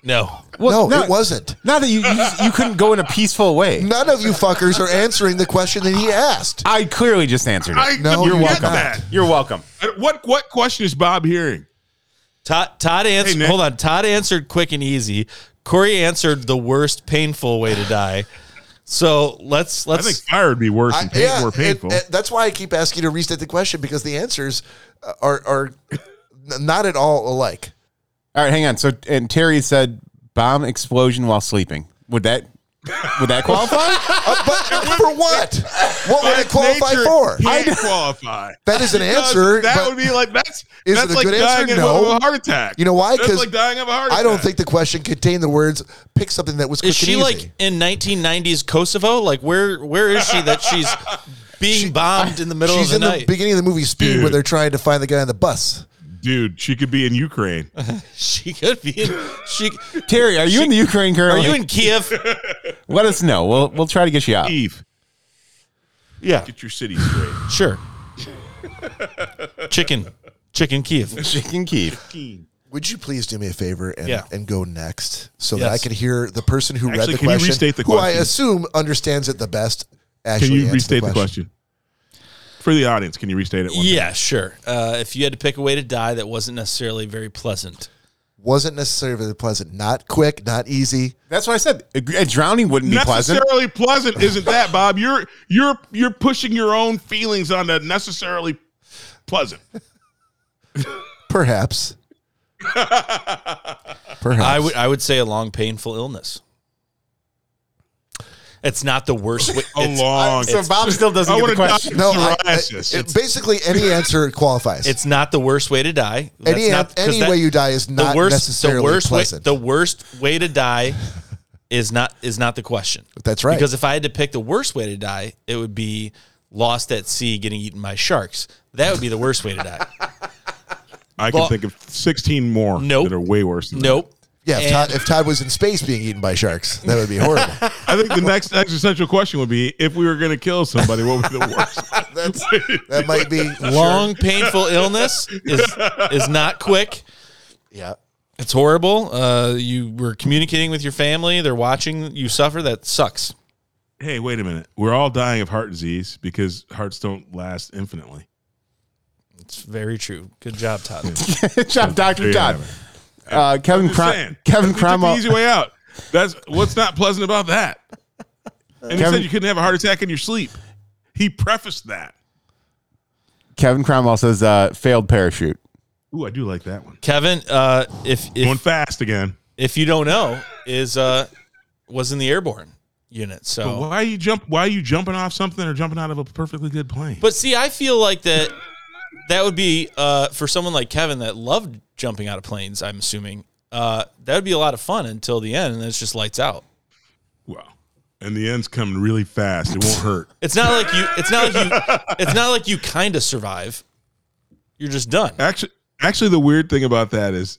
Speaker 4: No,
Speaker 3: well,
Speaker 2: no,
Speaker 3: not-
Speaker 2: it wasn't.
Speaker 3: Not that you you, just- you couldn't go in a peaceful way.
Speaker 2: None of you fuckers are answering the question that he asked.
Speaker 3: I clearly just answered it.
Speaker 1: I
Speaker 2: No,
Speaker 1: you're
Speaker 2: you
Speaker 1: welcome.
Speaker 2: did not.
Speaker 1: That.
Speaker 3: You're welcome.
Speaker 1: What what question is Bob hearing?
Speaker 4: Todd. Todd answered.
Speaker 1: Nick.
Speaker 4: hold on. Todd answered quick and easy. Corey answered the worst painful way to die. So let's
Speaker 1: I
Speaker 4: let's.
Speaker 1: think fire would be worse
Speaker 2: I-
Speaker 1: and pain, more
Speaker 2: and-
Speaker 1: painful.
Speaker 2: and that's why I keep asking you to restate the question because the answers uh, are are n- not at all alike.
Speaker 3: All right, hang on. So and Terry said bomb explosion while sleeping. Would that would that qualify?
Speaker 2: Uh, but for what? What would it
Speaker 1: By
Speaker 2: qualify
Speaker 1: nature,
Speaker 2: for?
Speaker 1: Can't qualify.
Speaker 2: That is an
Speaker 1: Because
Speaker 2: answer.
Speaker 1: That
Speaker 2: but
Speaker 1: would be like that's
Speaker 2: Is
Speaker 1: that's
Speaker 2: it a
Speaker 1: like
Speaker 2: good
Speaker 1: dying
Speaker 2: answer?
Speaker 1: of
Speaker 2: No.
Speaker 1: a heart attack.
Speaker 2: You know why?
Speaker 1: That's
Speaker 2: 'Cause
Speaker 1: like dying of a heart attack.
Speaker 2: I don't think the question contained the words "pick something that was quick
Speaker 4: is she
Speaker 2: and
Speaker 4: like
Speaker 2: easy."
Speaker 4: in 1990s Kosovo? Like where where is she that she's being bombed in the middle
Speaker 2: She's
Speaker 4: of
Speaker 2: in
Speaker 4: the
Speaker 2: the
Speaker 4: night?
Speaker 2: beginning of the movie Speed, where
Speaker 1: Dude.
Speaker 2: they're trying to find the guy on the bus.
Speaker 1: dude, she could be in Ukraine.
Speaker 4: she could be. In, she
Speaker 3: Terry, are you in the Ukraine
Speaker 4: are
Speaker 2: Oh,
Speaker 3: currently?
Speaker 4: you in Kiev?
Speaker 3: Let us know. We'll we'll try to get you out.
Speaker 1: Eve,
Speaker 4: Yeah,
Speaker 1: get your city straight.
Speaker 4: sure. Chicken, chicken Kiev.
Speaker 3: Chicken Keith.
Speaker 2: Would you please do me a favor and,
Speaker 4: Yeah.
Speaker 2: and go next so that I
Speaker 4: Yes.
Speaker 2: can hear the person who read
Speaker 1: Actually,
Speaker 2: the
Speaker 1: can you
Speaker 2: question,
Speaker 1: restate the
Speaker 2: who I
Speaker 1: question?
Speaker 2: assume understands it the best.
Speaker 1: Can
Speaker 2: Actually,
Speaker 1: you
Speaker 2: answer
Speaker 1: restate the question? For the audience, can you restate it one
Speaker 4: Yeah, sure. Uh, if you had to pick a way to die that wasn't necessarily very pleasant,
Speaker 2: Wasn't necessarily pleasant. Not quick. Not easy.
Speaker 3: That's what I said. A- a drowning wouldn't be pleasant.
Speaker 1: necessarily pleasant isn't that bob you're you're you're pushing your own feelings onto necessarily pleasant
Speaker 2: Perhaps. Perhaps.
Speaker 4: I would I would say a long painful illness. It's not the worst way.
Speaker 1: A
Speaker 4: it's,
Speaker 1: long.
Speaker 3: So Bob still doesn't
Speaker 1: I
Speaker 3: get
Speaker 1: would
Speaker 3: the
Speaker 1: have died
Speaker 3: question.
Speaker 1: of
Speaker 2: No, I- I-
Speaker 1: psoriasis.
Speaker 2: it-
Speaker 1: It's-
Speaker 2: basically any answer qualifies.
Speaker 4: it's not the worst way to die. That's
Speaker 2: any
Speaker 4: not- 'cause
Speaker 2: any
Speaker 4: that-
Speaker 2: way you die is not necessarily
Speaker 4: worst
Speaker 2: pleasant.
Speaker 4: Way, the worst way to die is not is not the question.
Speaker 2: That's right.
Speaker 4: Because if I had to pick the worst way to die, it would be lost at sea, getting eaten by sharks. That would be the worst way to die.
Speaker 1: I can
Speaker 4: Well-
Speaker 1: think of 16 more
Speaker 4: Nope.
Speaker 1: that are way worse than
Speaker 4: nope.
Speaker 2: yeah, if
Speaker 4: And-
Speaker 2: Todd, if Todd was in space being eaten by sharks, that would be horrible.
Speaker 1: that. I think the next existential question would be if we were going to kill somebody, what would be the worst?
Speaker 2: That's, that might be
Speaker 4: Long painful illness is is not quick.
Speaker 2: Yeah.
Speaker 4: It's horrible. Uh, you were communicating with your family. They're watching you suffer. That sucks.
Speaker 1: hey, wait a minute. We're all dying of heart disease because hearts don't last infinitely.
Speaker 4: It's very true. Good job, Todd.
Speaker 3: Good job,
Speaker 1: There
Speaker 3: Doctor
Speaker 1: you
Speaker 3: Todd.
Speaker 1: have it.
Speaker 3: Uh, Kevin
Speaker 1: Just
Speaker 3: Crom-
Speaker 1: saying.
Speaker 3: Kevin
Speaker 1: We took the
Speaker 3: Cromwell.
Speaker 1: easy way out. That's what's not pleasant about that. And he
Speaker 3: Kevin-
Speaker 1: said you couldn't have a heart attack in your sleep. He prefaced that.
Speaker 3: Kevin Cromwell says uh, failed parachute.
Speaker 1: Ooh, I do like that one.
Speaker 4: Kevin, uh, if if
Speaker 1: Going fast again.
Speaker 4: if you don't know, is uh was in the airborne unit. So,
Speaker 1: But
Speaker 4: but,
Speaker 1: why are you jump? Why are you jumping off something or jumping out of a perfectly good plane?
Speaker 4: see, I feel like that that would be uh for someone like Kevin that loved jumping out of planes. I'm assuming uh that would be a lot of fun until the end, and then it's just lights out.
Speaker 1: well, and the end's coming really fast. It won't hurt.
Speaker 4: It's not like you. It's not like you. It's not like you kind of survive. You're just done.
Speaker 1: actually actually the weird thing about that is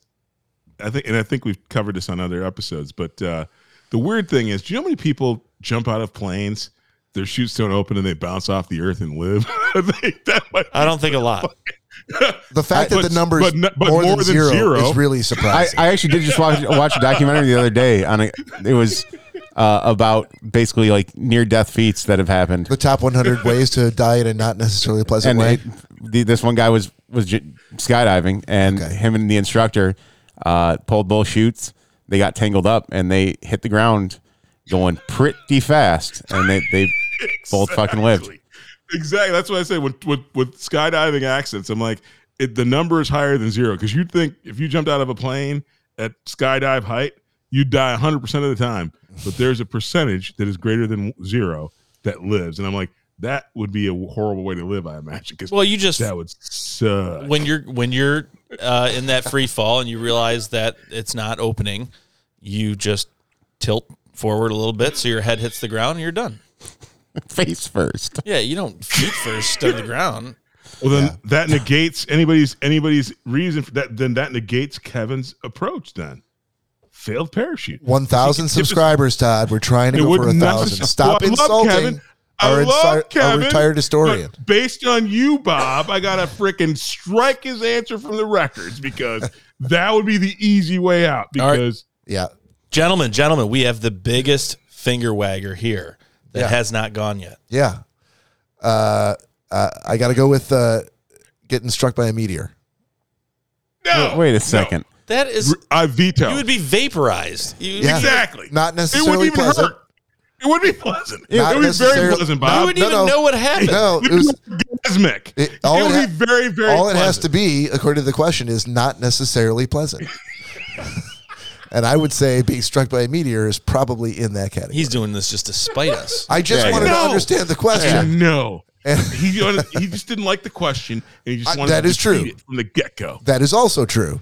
Speaker 1: i think and i think we've covered this on other episodes but uh the weird thing is do you know how many people jump out of planes their chutes don't open and they bounce off the earth and live i think that might
Speaker 4: I don't think a lot.
Speaker 2: The fact
Speaker 1: I-
Speaker 2: that
Speaker 1: but-
Speaker 2: the numbers
Speaker 1: but no- but
Speaker 2: more, than, zero
Speaker 1: zero-
Speaker 2: is really
Speaker 3: I,
Speaker 2: surprising.
Speaker 3: I actually did just watch, watch a documentary the other day on a, it was uh, about basically like near death feats that have happened.
Speaker 2: the top 100 ways to die in a not necessarily pleasant
Speaker 3: and
Speaker 2: way.
Speaker 3: it, the, this one guy was was j- skydiving, and
Speaker 2: Okay.
Speaker 3: him and the instructor uh, pulled both chutes. They got tangled up, and they hit the ground going pretty fast, and they they both fucking lived.
Speaker 1: Exactly. Exactly. That's what I say with with, with skydiving accidents. I'm like, it, the number is higher than zero because you'd think if you jumped out of a plane at skydive height, you'd die 100 percent of the time. But there's a percentage that is greater than zero that lives, and I'm like, that would be a horrible way to live, I imagine, because
Speaker 4: Well, you just
Speaker 1: that would suck.
Speaker 4: when you're when you're uh, in that free fall and you realize that it's not opening, you just tilt forward a little bit so your head hits the ground and you're done.
Speaker 3: Face first.
Speaker 4: Yeah, you don't feet first on the ground.
Speaker 1: Well, then that negates anybody's anybody's reason for that. Then that negates Kevin's approach. Then failed parachute.
Speaker 2: 1,000
Speaker 1: If it's-
Speaker 2: subscribers, Todd. We're trying to
Speaker 1: It
Speaker 2: go
Speaker 1: would
Speaker 2: for a
Speaker 1: not-
Speaker 2: 1,000. Stop
Speaker 1: Well, I love
Speaker 2: insulting
Speaker 1: Kevin. I
Speaker 2: our,
Speaker 1: love
Speaker 2: insi- our
Speaker 1: Kevin,
Speaker 2: retired historian.
Speaker 1: But based on you, Bob, I gotta freaking strike his answer from the records because that would be the easy way out.
Speaker 4: All right.
Speaker 1: Because
Speaker 2: Yeah.
Speaker 4: Gentlemen, gentlemen, we have the biggest finger wagger here that
Speaker 2: Yeah.
Speaker 4: has not gone yet.
Speaker 2: Yeah. Uh, uh, I got to go with uh, getting struck by a meteor.
Speaker 1: no,
Speaker 3: Wait a second.
Speaker 4: That is
Speaker 1: no. I veto.
Speaker 4: you would be vaporized. You,
Speaker 2: Yeah.
Speaker 1: exactly. it
Speaker 2: Not
Speaker 1: wouldn't
Speaker 2: necessarily
Speaker 1: even
Speaker 2: pleasant.
Speaker 1: hurt. It would be pleasant. It
Speaker 2: Not
Speaker 1: would be very
Speaker 2: necessarily-
Speaker 1: pleasant,
Speaker 4: you
Speaker 1: Bob.
Speaker 4: wouldn't
Speaker 2: No,
Speaker 4: even
Speaker 2: no.
Speaker 4: know what happened.
Speaker 2: No, it was
Speaker 1: Orgasmic. It,
Speaker 2: It- all it
Speaker 1: would
Speaker 2: ha-
Speaker 1: be very, very.
Speaker 2: all it has
Speaker 1: pleasant.
Speaker 2: to be, according to the question, is not necessarily pleasant. and I would say being struck by a meteor is probably in that category.
Speaker 4: He's doing this just to spite us.
Speaker 2: I just
Speaker 3: Yeah,
Speaker 2: wanted
Speaker 1: yeah.
Speaker 2: to
Speaker 1: No.
Speaker 2: understand the question.
Speaker 1: No.
Speaker 2: And-
Speaker 1: he he just didn't like the question, and he just
Speaker 2: I-
Speaker 1: wanted
Speaker 2: that
Speaker 1: to
Speaker 2: is true.
Speaker 1: defeat it from the get go.
Speaker 2: That is also true,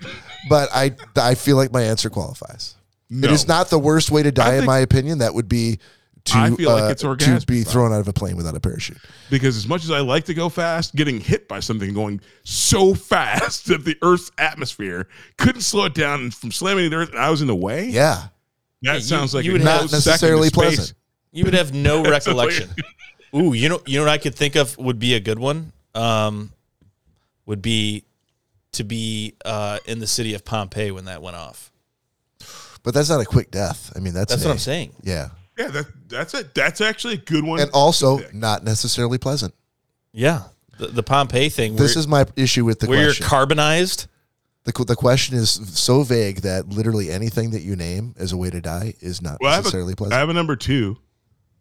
Speaker 2: but I I feel like my answer qualifies.
Speaker 1: No.
Speaker 2: It is not the worst way to die, in
Speaker 1: think-
Speaker 2: my opinion. That would be to uh,
Speaker 1: I feel like it's
Speaker 2: to
Speaker 1: orgasmic,
Speaker 2: be
Speaker 1: Bob.
Speaker 2: thrown out of a plane without a parachute.
Speaker 1: because as much as I like to go fast, getting hit by something going so fast that the Earth's atmosphere couldn't slow it down and from slamming the Earth, and I was in the way.
Speaker 2: Yeah,
Speaker 1: that sounds like
Speaker 4: you
Speaker 1: a
Speaker 4: would
Speaker 1: no
Speaker 4: have-
Speaker 2: not
Speaker 1: second
Speaker 2: necessarily
Speaker 1: in space.
Speaker 2: pleasant.
Speaker 4: You would have no recollection. Ooh, you know, you know what I could think of would be a good one. Um, would be to be uh, in the city of Pompeii when that went off.
Speaker 2: But that's not a quick death. I mean, that's
Speaker 4: That's
Speaker 2: an
Speaker 4: what
Speaker 2: A.
Speaker 4: I'm saying.
Speaker 2: Yeah,
Speaker 1: Yeah, that, that's it. That's actually a good one.
Speaker 2: and also not necessarily pleasant.
Speaker 4: Yeah, the, the Pompeii thing.
Speaker 2: This
Speaker 4: where,
Speaker 2: is my issue with the
Speaker 4: where
Speaker 2: question.
Speaker 4: you're carbonized.
Speaker 2: the qu- The question is so vague that literally anything that you name as a way to die is not
Speaker 1: well, I, have
Speaker 2: necessarily
Speaker 1: a, I
Speaker 2: pleasant.
Speaker 1: have a number two.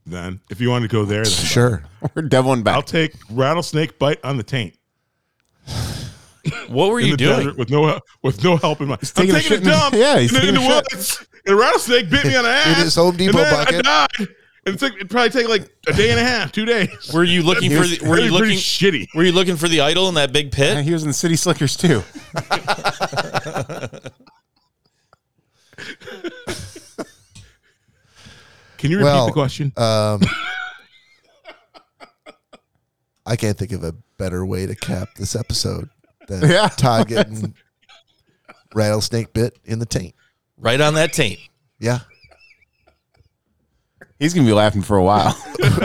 Speaker 1: Then, if you want to go there, then
Speaker 2: sure.
Speaker 3: We're deviling
Speaker 1: I'll
Speaker 3: back.
Speaker 1: take rattlesnake bite on the taint.
Speaker 4: What were
Speaker 1: in
Speaker 4: you
Speaker 1: the
Speaker 4: doing?
Speaker 1: desert with no with no help in my. I'm
Speaker 3: taking
Speaker 1: taking
Speaker 3: a shit
Speaker 1: a
Speaker 3: in the-
Speaker 1: dump.
Speaker 3: yeah, he's
Speaker 1: in, the- in the
Speaker 3: taking a shit.
Speaker 1: woods. And a rattlesnake bit me on the ass.
Speaker 2: his Home
Speaker 1: and
Speaker 2: Depot
Speaker 1: then
Speaker 2: bucket.
Speaker 1: I died. And it's like it probably take like a day and a half, two days.
Speaker 4: Were you looking for? The, were
Speaker 1: That'd be pretty
Speaker 4: you looking?
Speaker 1: shitty?
Speaker 4: Were you looking for the idol in that big
Speaker 3: And
Speaker 4: pit?
Speaker 3: he was in the City Slickers too.
Speaker 1: Can you repeat
Speaker 2: Well,
Speaker 1: the question?
Speaker 2: Um, I can't think of a better way to cap this episode than
Speaker 3: Yeah.
Speaker 2: Todd getting rattlesnake bit in the taint.
Speaker 4: Right on that taint.
Speaker 2: Yeah.
Speaker 3: He's gonna be laughing for a while.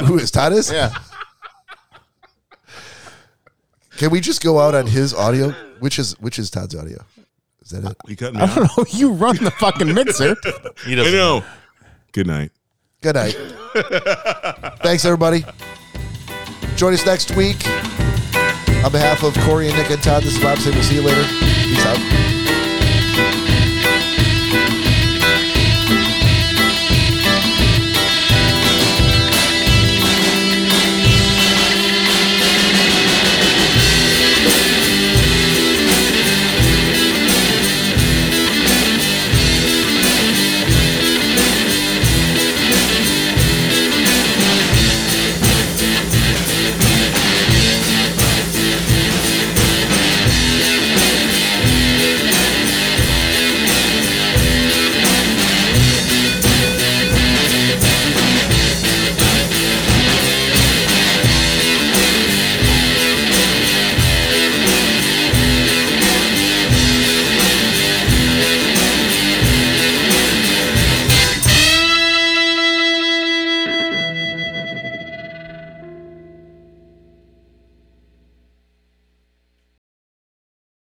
Speaker 2: Who is Todd? Is?
Speaker 3: yeah.
Speaker 2: Can we just go out on his audio? Which is which is Todd's audio? Is that it?
Speaker 1: you cut me
Speaker 3: I don't
Speaker 1: off.
Speaker 3: know. You run the fucking mixer.
Speaker 4: He
Speaker 1: I
Speaker 4: doesn't.
Speaker 1: know. Good night.
Speaker 2: Good night. Thanks, everybody. Join us next week. On behalf of Corey and Nick and Todd, this is Bob saying we'll see you later. Peace out.